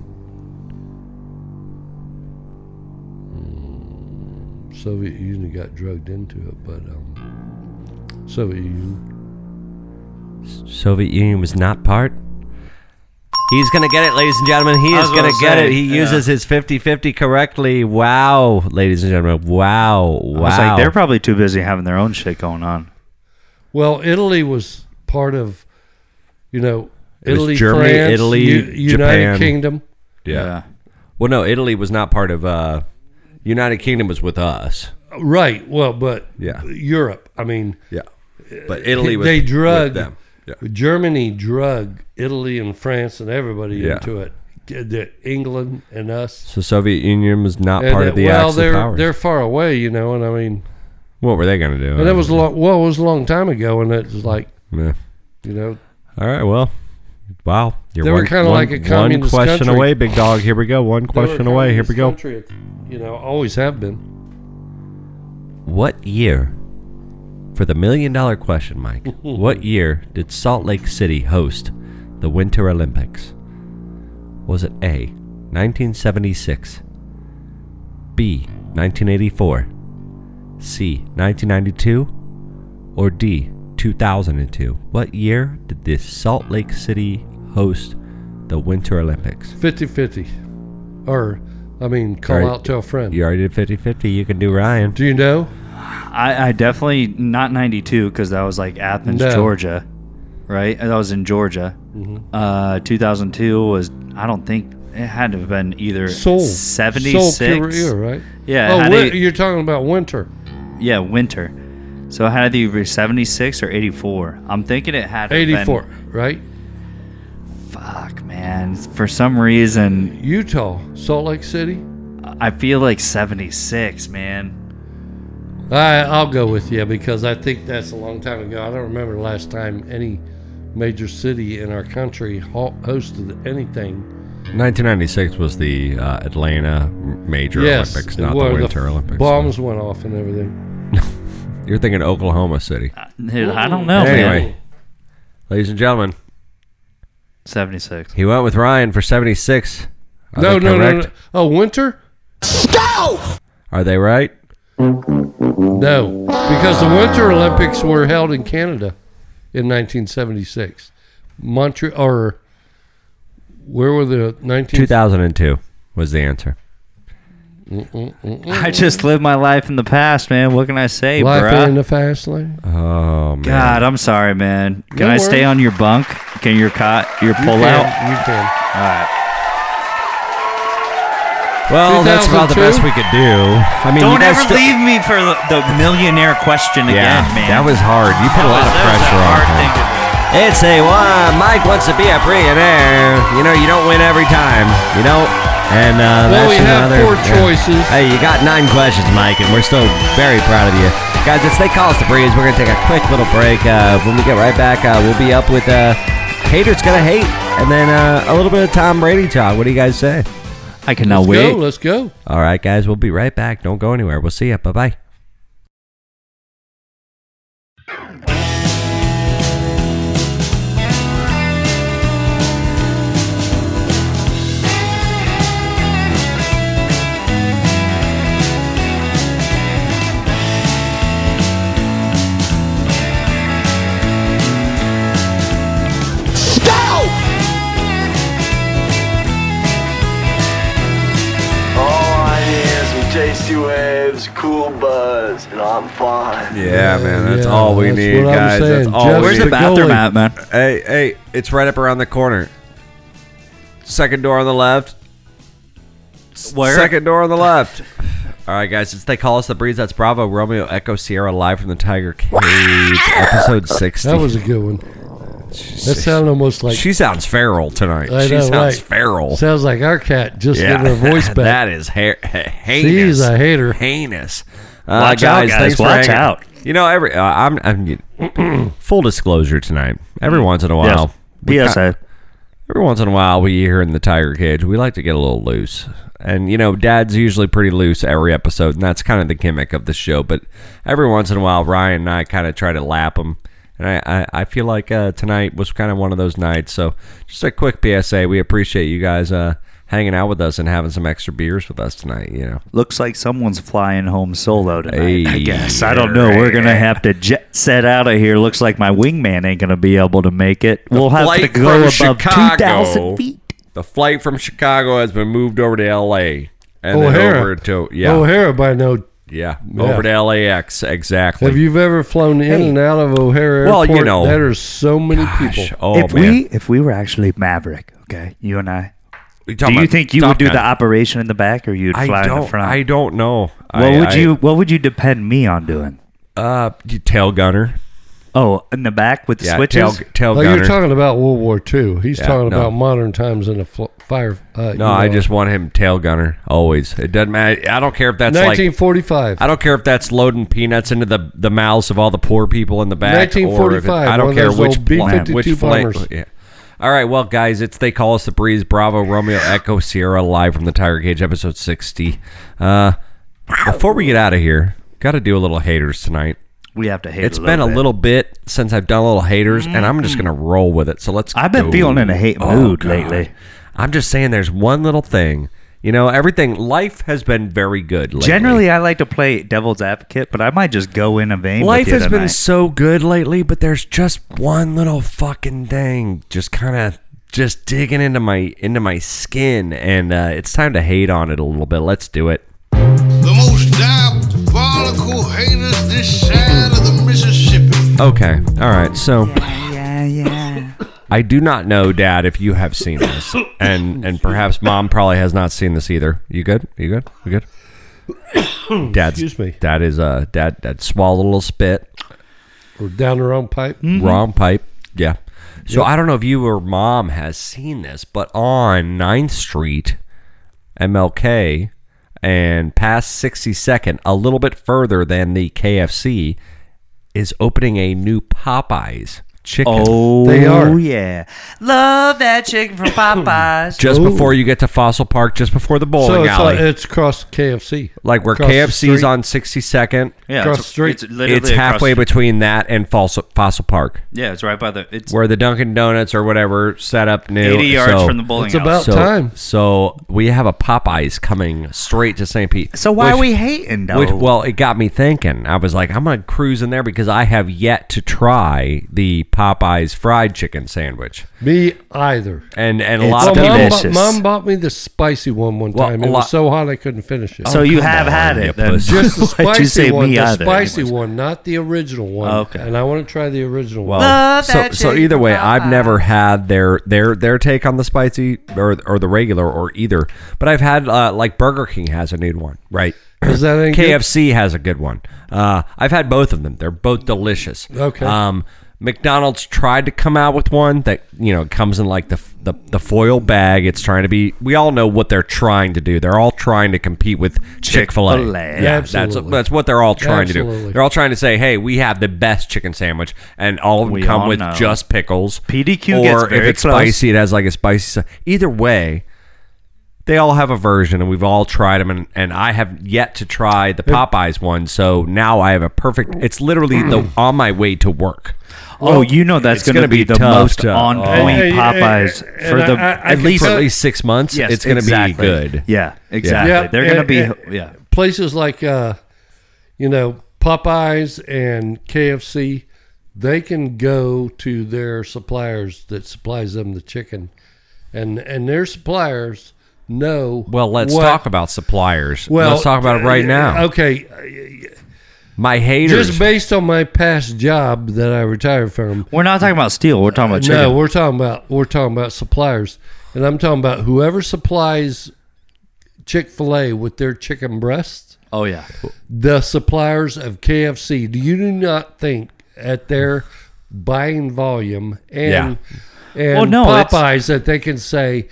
Soviet Union got drugged into it, but um, Soviet Union.
Soviet Union was not part. He's going to get it, ladies and gentlemen. He
I
is
was
going to
gonna
get
say,
it. He
yeah.
uses his 50 50 correctly. Wow, ladies and gentlemen. Wow. Wow.
I was like, they're probably too busy having their own shit going on.
Well, Italy was part of, you know,
It was
Italy,
Germany,
France,
Italy,
U- United
Japan.
Kingdom.
yeah. Well, no, Italy was not part of. Uh, United Kingdom was with us.
Right. Well, but
Yeah.
Europe. I mean,
Yeah. But Italy was
Uh, they
with
drug
them. Yeah.
Germany drug Italy and France and everybody
Yeah.
into it. Get the- England and us.
So Soviet Union was not
And
part
that-
of the
well,
Axis
they're
powers.
they're far away, you know, and I mean,
what were they going to do?
and that was a long, well, it was a long time ago, and it's like,
Yeah.
you know,
All right. Well, wow. You're
They were kinda like a
One
communist
question
country.
away, big dog. Here we go. One question away. Here we go.
Country, you know, always have been.
What year, for the million dollar question, Mike, what year did Salt Lake City host the Winter Olympics? Was it A, 1976, B, 1984, C, 1992, or D, 2002? What year did the Salt Lake City host the Winter Olympics?
50-50. Or, I mean, call
Alright.
out, tell a friend.
You already did 50 50. You can do Ryan.
Do you know?
I, I definitely not 92 because that was like Athens,
No.
Georgia, right? That was in Georgia. Uh, 2002 was, I don't think it had to have been either
Soul.
76.
Soul career, right?
Yeah,
Oh,
how do
win-
you-
you're talking about winter.
Yeah, winter. So it had to either be 76 or 84. I'm thinking it had to have been-
84, right?
Fuck, man. For some reason,
Utah, Salt Lake City.
I feel like 76, man.
I, I'll go with you because I think that's a long time ago. I don't remember the last time any major city in our country ho- hosted anything.
1996 was the uh, Atlanta Major
yes,
Olympics, not the
where
Winter Olympics.
Bombs went off and everything.
You're thinking Oklahoma City.
Uh, Dude, I don't
Oh,
know, man.
Anyway. Ladies and gentlemen,
76.
he went with Ryan for 76. Are
No,
they
no, no,
correct?
no. Oh, winter?
Are they right?
No, because the Winter Olympics were held in Canada in 1976. Montreal or where were the 19?
2002 was the answer.
[laughs] I just live my life in the past, man. What can I say, bruh?
Life in the fast lane.
Oh, man.
God, I'm sorry, man. Can
No
I stay
worries.
on your bunk? Can your cot, your pull
can,
out?
You can.
Well, that's about the
2002?
best we could do. I mean, you
Don't
guys still-
ever leave me for the, the millionaire question
Yeah,
again, man.
that was hard. You put a lot of
that was a
pressure on
hard
him.
thing to do.
It's a one. Mike wants to be a millionaire. You know, you don't win every time. You don't. And uh,
Well,
that's
we have
another,
four choices.
Hey, you got nine questions, Mike, and we're still very proud of you. Guys, it's They Call Us The Breeze. We're going to take a quick little break. Uh, when we get right back, uh, we'll be up with uh, Haters Gonna Hate and then uh, a little bit of Tom Brady talk. What do you guys say?
I cannot
Let's
wait.
go. Let's go.
All right, guys, we'll be right back. Don't go anywhere. We'll see you. Bye bye.
All I need is some tasty waves, cool buzz, and I'm fine.
Yeah, man,
that's Yeah, all we that's need, what I'm guys. That's saying. all we
Where's
Where's
the
the
bathroom
goalie?
at, man?
Hey, hey, it's right up around the corner. Second door on the left.
Where?
Second door on the left. All right, guys, it's They Call Us the Breeze. That's Bravo, Romeo, Echo, Sierra, live from the Tiger Cage, episode 60.
That was a good one. That sounded almost like
she sounds feral tonight.
I
she
know,
sounds
right.
feral.
sounds like our cat just getting
[laughs]
her voice back.
that is ha- ha- heinous.
She's a hater.
Heinous. Uh,
Watch out, guys.
thanks for
Watch
hanging-
out.
You know, every uh,
[clears throat]
I'm, I'm full disclosure tonight. Every once in a while,
Yes.
we
PSA.
ki- every once in a while we here in the tiger cage we like to get a little loose and you know dad's usually pretty loose every episode and that's kind of the gimmick of the show but every once in a while ryan and i kind of try to lap him and i, I, I feel like uh, tonight was kind of one of those nights so just a quick psa we appreciate you guys uh, hanging out with us and having some extra beers with us tonight you know
Looks like someone's flying home solo tonight. I
Hey.
guess I don't know. We're gonna have to jet set out of here. Looks like my wingman ain't gonna be able to make it. we'll have to
flight
go above
from Chicago.
two thousand feet.
the flight from chicago has been moved over to la and then
Oh,
O'Hara.
over to yeah
O'Hara by no.
yeah,
Yeah.
over to lax exactly
Have you ever flown in and out of O'Hara
Well,
Airport?
you know.
There are so many people.
oh
if
man
we if we were actually Maverick, okay, you and I.
You
Do
talking
you
about
think you
Top
would do
Gun?
the operation in the back, or you'd fly
I
in
don't.
the front?
I don't know.
what
I,
would
I-
you What would you depend me on doing?
Uh, you tail gunner.
Oh, in the back with the
Yeah,
switches.
tail, tail
Like
gunner.
you're talking about World War II. He's
Yeah,
talking
no.
about modern times in a fl- fire. Uh, you
no, I
know,
just want him tail gunner always. It doesn't matter. I don't care if that's like.
1945.
I don't care if that's loading peanuts into the, the mouths of all the poor people in the back. Or if it,
1945,
I don't
one of
care
those
which
old B-52
plan- which flight.
bombers.
Yeah. All right, well, guys, it's they call us the breeze. Bravo, Romeo, Echo, Sierra, live from the Tiger Cage, episode sixty. Uh, before we get out of here, got to do a little haters tonight.
we have to hate.
It's
a
been a
bit.
little bit since I've done a little haters, and I'm just gonna roll with it. So let's.
Mm-hmm. I've been
go.
feeling in a hate
Oh,
mood
God.
lately.
I'm just saying, there's one little thing. You know, everything. Life has been very good. Lately.
Generally, I like to play devil's advocate, but I might just go in a vein.
life
with you
has
tonight.
been so good lately, but there's just one little fucking thing, just kind of just digging into my into my skin, and uh, it's time to hate on it a little bit. Let's do it.
The most diabolical haters this side of the Mississippi.
Okay. All right. So. I do not know, Dad, if you have seen
[coughs]
this, and and perhaps Mom probably has not seen this either. You good? You good? We good?
[coughs]
Dad's,
Excuse me.
Dad is uh, Dad. Dad swallowed a little spit,
We're down the wrong pipe.
wrong pipe. Yeah. So I don't know if you or Mom has seen this, but on 9th Street, MLK, and past 62nd, a little bit further than the KFC, is opening a new Popeyes chicken.
Oh,
They are.
yeah. Love that
[coughs]
chicken from Popeyes.
just
Ooh.
before you get to Fossil Park, just before the bowling
So it's,
alley.
like, it's across KFC.
like where
Across the
KFC is
street.
on 62nd.
yeah, it's-
across the street.
It's, literally
It's halfway
across,
between that and Fossil, Fossil Park,
Yeah, it's right by the. It's
where the Dunkin' Donuts or whatever set up new.
80 yards
So-
from the bowling
It's about
alley.
so,
time.
So we have a Popeyes coming straight to St. Pete.
So why are
which-
we hating though?
Which, well, it got me thinking. I was like, I'm gonna cruise in there because I have yet to try the Popeyes fried chicken sandwich,
Me either.
and and a
It's
lot of
Well,
people.
mom,
delicious.
bought, mom bought me the spicy one one
Well,
time.
a
It
lot-
was so hot I couldn't finish it.
so you
Oh, come
have
on,
had
you
it then.
pussy. [laughs]
Just
[laughs]
the
Why'd
spicy
you say
one,
me
the
either,
spicy
anyways?
one, not the original one.
Okay.
And I want to try the original
Oh, Well,
one.
so so either way, I've never had their their their take on the spicy or or the regular or either. But I've had uh, like Burger King has a new one, right?
Is that any good?
KFC has a good one. Uh, I've had both of them. They're both delicious.
Okay.
Um, McDonald's tried to come out with one that you know comes in like the, the the foil bag. It's trying to be. We all know what they're trying to do. They're all trying to compete with Chick Fil A.
Chick-fil-A.
Yeah, that's
Absolutely.
that's what they're all trying to do.
Absolutely.
They're all trying to say, "Hey, we have the best chicken sandwich," and all of them
We
come
all
with
know.
just pickles.
PDQ
or
gets
if
very
it's
close.
spicy, it has like a spicy. sa- Either way, they all have a version, and we've all tried them, and, and I have yet to try the Popeyes one. So now I have a perfect. It's literally the on my way to work.
oh, you know that's
it's
going to
gonna
be,
be
the
tough
most
to-
on
oh.
point
And- and-
Popeyes
and
for the
I- I
At
can
least
tell-
at least six months.
Yes,
it's going to
exactly.
be good.
Yeah, exactly.
Yeah,
They're going to
and-
be
and-
yeah.
Places like, uh, you know, Popeyes and KFC, they can go to their suppliers that supplies them the chicken, and and their suppliers know.
Well, let's
what-
talk about suppliers.
Well, uh,
let's talk about it
uh,
right now.
Okay,
My haters.
just based on my past job that I retired from.
We're not talking about steel. We're talking about chicken.
No, we're talking about we're talking about suppliers, and I'm talking about whoever supplies Chick Fil A with their chicken breast.
oh yeah.
The suppliers of KFC. Do you do not think at their buying volume and and
Well, no, it's-
Popeyes that they can say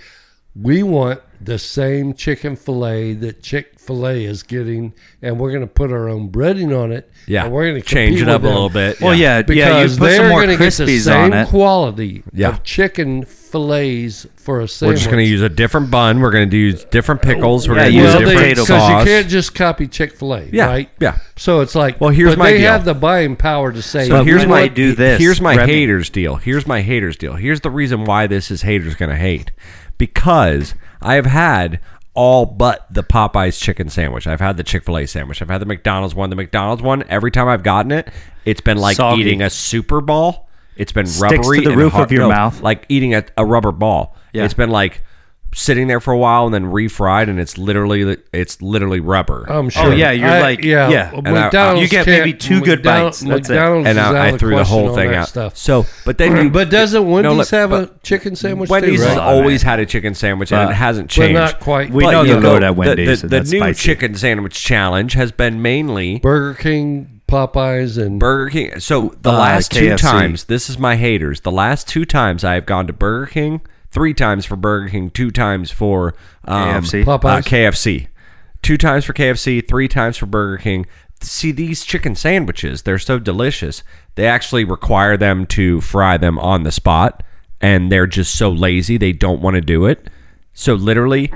we want the same chicken fillet that Chick Fil A is getting, and we're going to put our own breading on it.
yeah,
and we're going to
change it up a little bit. Uh,
Well, yeah, yeah. You
because
put some
they're
more
going to get the
crispies on
same
it.
quality
Yeah.
of chicken fillets for a sandwich.
We're just going to use a different bun. We're going to use different pickles. We're
Yeah,
going to
you
use
have
different
potato
sauce.
sauce.
you can't just copy Chick Fil A,
Yeah,
right?
yeah.
So it's like,
Well, here's
but
my
they
deal.
have the buying power to say,
So
But
here's
when
my
they do this,
Here's my
Remy-
haters deal. Here's my haters deal. Here's the reason why this is haters gonna hate because I have had all but the Popeyes chicken sandwich. I've had the Chick Fil A sandwich. I've had the McDonald's one. The McDonald's one. Every time I've gotten it, it's been like
Soggy.
eating a super ball. It's been
Sticks to
rubbery
the
and
roof
hard-
of your
no,
mouth.
like eating a, a rubber ball.
Yeah.
It's been like sitting there for a while and then refried, and it's literally it's literally rubber.
I'm sure.
yeah, you're
I-
like-
yeah.
yeah.
well,
And I-
McDonald's
you get
can't-
maybe two good
McDonald-
bites, that's it.
McDonald's
and
is
I,
out
I
of
threw the
question
whole
on
thing
that
out.
Stuff. [clears throat]
So, but then you,
but doesn't
no,
Wendy's
look,
have
but-
a chicken sandwich?
Wendy's
too,
has
right?
always had a chicken sandwich, and it hasn't
Well,
changed.
not quite.
We
But
know
you
the
go-
load at Wendy's,
The,
and
the
that's
new
spicy.
chicken sandwich challenge has been mainly
Burger King, Popeyes, and
Burger King. So the
Uh,
last two
KFC.
times, this is my haters. The last two times I have gone to Burger King, three times for Burger King, two times for um,
KFC.
uh,
Popeyes.
KFC, two times for KFC, three times for Burger King. See these chicken sandwiches; they're so delicious. They actually require them to fry them on the spot, and they're just so lazy they don't want to do it. So literally,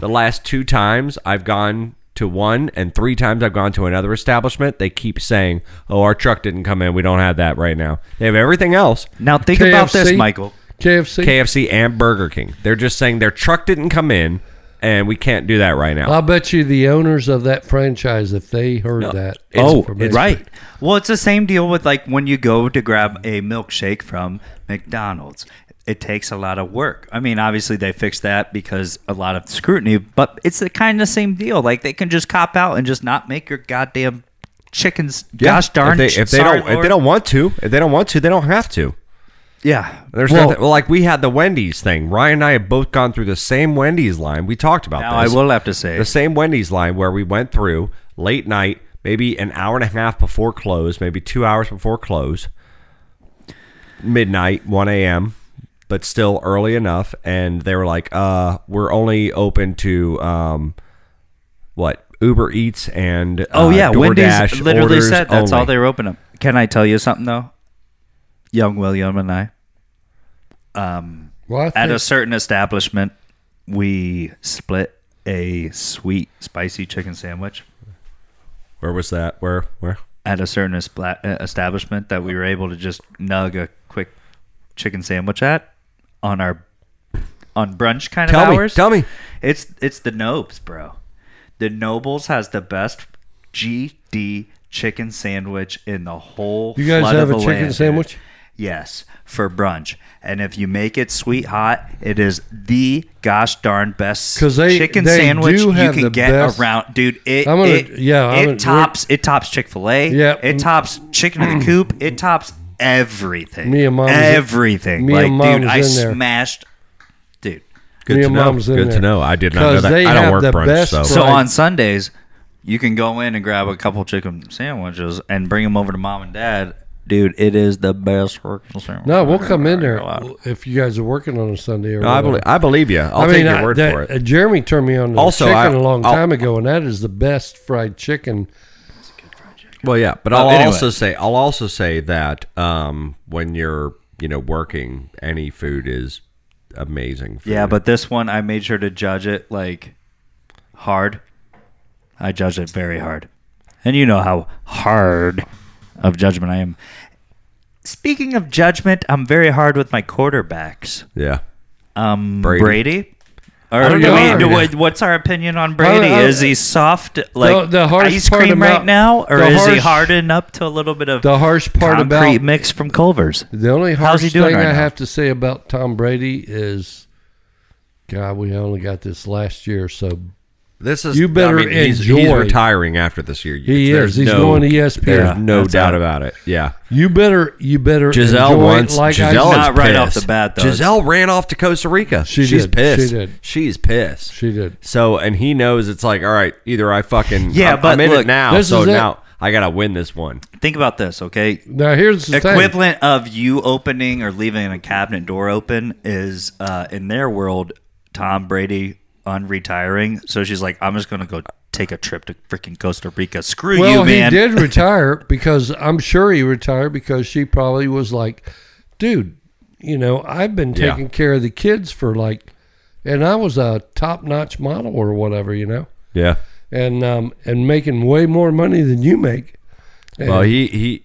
the last two times I've gone to one and three times I've gone to another establishment, they keep saying, "Oh, our truck didn't come in. We don't have that right now." They have everything else.
Now think about this, Michael.
KFC.
KFC and Burger King. They're just saying their truck didn't come in and we can't do that right now.
I'll bet you the owners of that franchise, if they heard that,
Oh,
information-
right. Well, it's the same deal with like when you go to grab a milkshake from McDonald's. It takes a lot of work. I mean, obviously they fixed that because a lot of scrutiny, but it's the kind of same deal. Like they can just cop out and just not make your goddamn chickens. Gosh darn!
If they, if they
sorry,
don't, if
Lord.
they don't want to, if they don't want to, they don't have to.
yeah.
There's
Well,
nothing, well, like we had the Wendy's thing. Ryan and I have both gone through the same Wendy's line. We talked about
Now I
this.
will have to say
the same Wendy's line where we went through late night, maybe an hour and a half before close, maybe two hours before close, midnight, one a.m., but still early enough. And they were like, "Uh, we're only open to um, what Uber Eats and
Oh
uh,
yeah,
DoorDash
Wendy's literally
orders
said that's all
only."
they were open up. Can I tell you something though? Young William and I,
Well, I
at
think-
a certain establishment, we split a sweet spicy chicken sandwich
Where was that? Where? Where?
at a certain espla- uh, establishment that we were able to just nug a quick chicken sandwich at on our on brunch kind
Tell
of
me,
hours.
tell me.
It's it's the Nobes, bro. The Nobles has the best GD chicken sandwich in the whole.
You guys
flood
have
of the
a chicken
land, dude.
sandwich?
Yes, for brunch. And if you make it sweet hot, it is the gosh darn best
'Cause they-
chicken
they
sandwich
do
you
have the
can get
best-
around, dude. It,
I'm gonna-
it
yeah, I'm
it
gonna-
tops it tops Chick Fil A.
Yeah.
it tops chicken
[clears throat]
in the coop. It tops everything.
Me and Mom was-
everything.
me
like,
and Mom
dude,
was
I
in there.
smashed, dude.
Good
Me
to
and
know.
Mom's in
Good to
there.
know. I did not know
'Cause
that.
they
I don't
have
work
the
brunch,
best
so
fries.
So
Right.
on Sundays, you can go in and grab a couple chicken sandwiches and bring them over to Mom and Dad. Dude, it is the best chicken sandwich.
No, we'll come in there
Wow.
if you guys are working on a Sunday or
No, I
whatever.
believe, I believe you. I'll
I
take
mean,
your
I-
word
that-
for it.
uh, Jeremy turned me on to
Also,
chicken
I-
a long
I'll-
time ago, and that is the best fried chicken.
Well, yeah, but I'll
anyway.
also say I'll also say that um, when you're you know working, any food is amazing. Food.
Yeah, but this one I made sure to judge it like hard. I judged it very hard. And you know how hard of judgment I am. Speaking of judgment, I'm very hard with my quarterbacks.
yeah,
Um
Brady.
Brady. Or,
I don't know.
I mean, what- what's our opinion on Brady?
I- I-
is he soft like
Uh, the hardest
ice
part
cream right
about-
now, or
the
is he
harsh-
hardened up to a little bit of
The harsh part
concrete
about
mix from Culver's?
the only
How's
harsh
he
thing
doing right
I
now?
have to say about Tom Brady is, God, we only got this last year, so
this is
You better
I mean, he's, he's
enjoy.
retiring after this year.
He
There's
is. He's going to E ESPN.
There's no
That's
doubt
it.
about it. Yeah,
you better you better
Giselle
enjoy
wants
it like
Giselle
I
is
Not right off
pissed.
the bat, though.
Giselle ran off to Costa Rica.
She
She's
did.
pissed.
She did.
She's pissed.
She did.
So and he knows it's like all right. Either I fucking
Yeah,
I'm,
but
I'm in it
look,
now.
this
So
is it.
now I gotta win this one.
Think about this, okay?
Now here's the thing.
equivalent of you opening or leaving a cabinet door open is uh, in their world tom brady unretiring so she's like i'm just gonna go take a trip to freaking costa rica screw
Well,
you man
[laughs]
he did retire because I'm sure he retired because she probably was like, "Dude, you know, I've been
Yeah.
taking care of the kids for like, and I was a top notch model or whatever, you know,
Yeah.
and um, and making way more money than you make. And,
Well, he he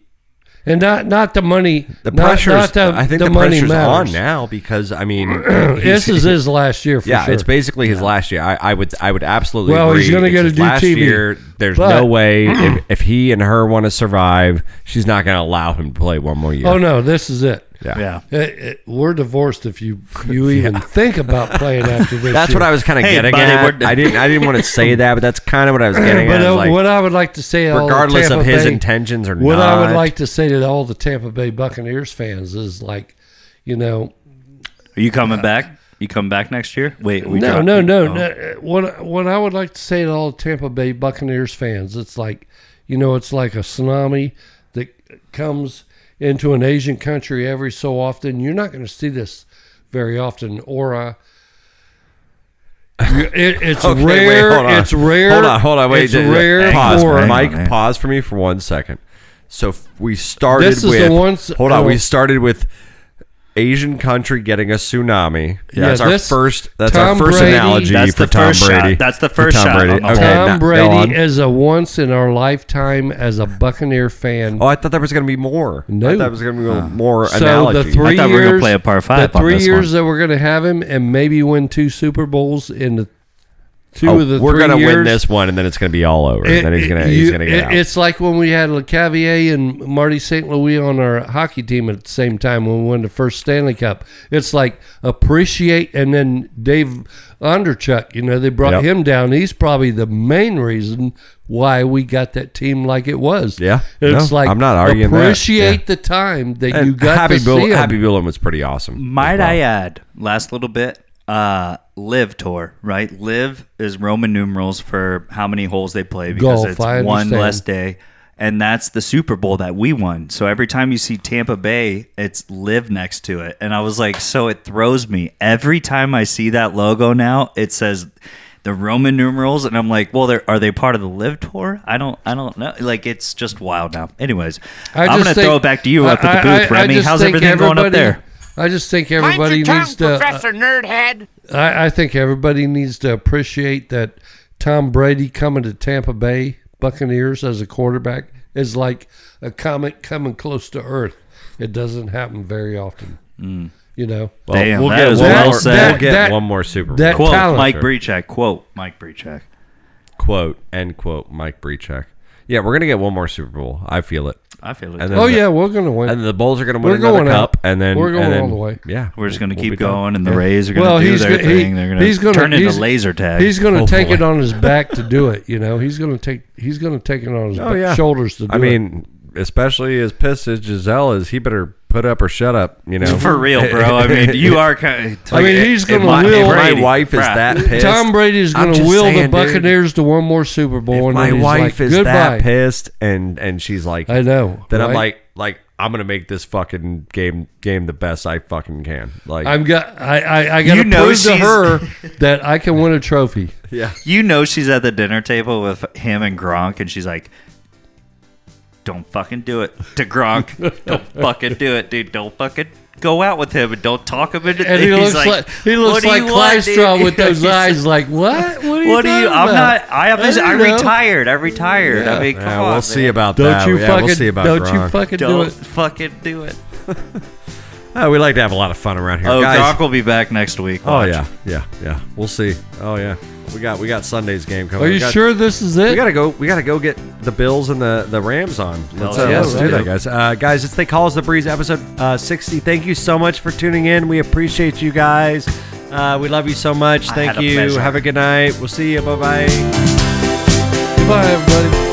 and not not the money.
the
not-
pressure.
Not, the,
I think the,
money
pressure's
matters.
on now because I
[clears throat]
mean,
[laughs] This is his last year for
yeah,
sure.
it's basically his last year. I, I would I would absolutely
Well,
agree.
he's gonna
It's
get a
his
new
last
TV,
year. There's
but-
no
[clears throat]
way if, if he and her want to survive, she's not going to allow him to play one more year.
oh no, this is it.
yeah.
Yeah.
It- it- we're divorced if you
[laughs]
you even think about playing after this.
That's
year.
what I was kind of
Hey,
getting
buddy,
at.
we're-
I didn't I didn't want to say that, but that's kind of what I
[clears throat]
was getting
But
at.
uh,
Like,
what I would like to say, to all the
regardless of
Tampa
his
Bay-
intentions or
what I would
not.
like to say to all the Tampa Bay Buccaneers fans is like, you know,
Are you coming back? You coming back next year? Wait, we
no,
dropped-
no, no,
oh.
no. uh, What what I would like to say to all the Tampa Bay Buccaneers fans, it's like, you know, it's like a tsunami that comes into an Asian country every so often. You're not going to see this very often, or uh, you- it,
[laughs]
it's
Okay, wait,
rare.
hold on.
it's rare.
Hold on, hold on, wait.
It's
j-
rare.
pause,
for-
Hang on,
Mike.
man.
pause for me for one second. So f- we started
This is
with
the one s-
hold on.
oh.
We started with Asian country getting a tsunami.
Yeah,
that's our
this-
first. That's our
Tom
first
Brady-
analogy
That's
for
the
Tom
first shot.
Brady.
That's the
For
first
Tom
shot.
Brady.
I'm
Okay,
holding.
now-
Tom
go
Brady
on.
is a once in our lifetime as a Buccaneer fan.
Oh, I thought there was going to be more.
No.
I thought there was going to be more
so
analogy.
the three
I thought we
years
were gonna play a par five
The
on
three
this
years
one.
that we're going to have him and maybe win two Super Bowls in the 2
Oh,
of the
we're
three
gonna
years.
win this one, and then it's going to be all over.
It-
and then he's going to
it-
he's
you-
going to get
it-
out.
It's like when we had LeCavier and Marty St. Louis on our hockey team at the same time when we won the first Stanley Cup. It's like appreciate, and then Dave Onderchuk, you know, they brought
Yep.
him down. He's probably the main reason why we got that team like it was.
Yeah.
It's
No,
like
I'm not arguing that.
appreciate the time that
And
you got
Happy
to
Bill,
see him.
Happy Bill was pretty awesome.
Might I add, last little bit, uh, live tour, right? Live is Roman numerals for how many holes they play because
Golf,
it's
I
one
understand.
less day. And that's the Super Bowl that we won. So every time you see Tampa Bay, it's live next to it. And I was like, so it throws me. Every time I see that logo now, it says the Roman numerals and I'm like, well, they're, are they part of the live tour? I don't I don't know. Like it's just wild now. Anyways,
I
I'm
just
gonna
think-
throw it back to you up at the
I- I-
booth,
I
Remy.
just
How's
think
everything going up
everybody-
there?
I just think everybody needs to. I, I think everybody needs to appreciate that Tom Brady coming to Tampa Bay Buccaneers as a quarterback is like a comet coming close to Earth. It doesn't happen very often.
Mm.
You know,
Damn,
we'll
that
get
is
one
well
more,
said.
We'll get
That-
one more Super Bowl.
that
Quote
talent.
Mike Brechak. Quote Mike Brechak.
quote end quote Mike Brechek. Yeah, we're gonna get one more Super Bowl. I feel it.
I feel it.
And then
oh
the-
yeah, we're gonna
and
win.
then the Bulls are gonna win
We're
another
going
cup,
out.
and then
We're going
and then-
all the way.
Yeah,
We're just gonna
we'll be
keep
done.
going, and the Rays are gonna
Well,
do
he's
their
go- he-
thing. They're gonna,
he's gonna-
turn into
he's-
laser tag.
He's gonna take
Hopefully.
it on his back to do it. You know, he's gonna take he's gonna take it on his
Oh
back-
yeah,
shoulders to do
I
it.
mean, especially as pissed as Giselle is, he better put up or shut up. You [laughs] know,
[laughs] for real, bro. I mean, you are kind. Of,
I mean, he's
if
gonna
my, if
will-
my
Brady,
wife is
bruh.
that pissed.
Tom Brady is
I'm
going to
just
will the
saying, dude,
Buccaneers to one more Super Bowl.
If
and
my
then he's
wife
like,
is
Goodbye.
that pissed, and and she's like,
I know.
Then I'm
right?
like, like I'm gonna make this fucking game game the best I fucking can. Like,
I'm got. I I, I got
You
to
know
prove to
she's-
her
[laughs]
that I can win a trophy.
yeah,
you know she's at the dinner table with him and Gronk, and she's like, "Don't fucking do it to
[laughs]
Gronk. Don't fucking do it, dude. Don't fucking." Go out with him and don't talk him into
And he
he's
looks like, he
"What
looks
do
like
you want, dude?" [laughs]
Clystron with those
He's-
eyes. Like what? What are you?
What do you?
talking
I'm
about?
not. I have. this-
don't
I
know.
retired. I retired. I
Yeah.
mean, come
Yeah,
on,
we'll
man.
see about
Don't
that.
you
yeah,
fucking?
we'll see about
don't you
Gronk.
fucking do
Don't
it?
fucking do it.
Oh, we like to have a lot of fun around here,
Oh,
guys.
Gronk will be back next week.
Oh
Watch.
yeah, yeah, yeah. We'll see. Oh yeah, we got we got Sunday's game coming.
Are
We
you
got-
sure this is it?
We gotta go. We gotta go get the Bills and the the Rams on. Let's, uh,
yeah,
let's
right.
do that, guys. Uh, guys, it's they call us the breeze episode uh, sixty. Thank you so much for tuning in. We appreciate you guys. Uh, we love you so much.
I
Thank
had a
you.
pleasure.
Have a good night. We'll see you. Bye bye.
Goodbye, everybody.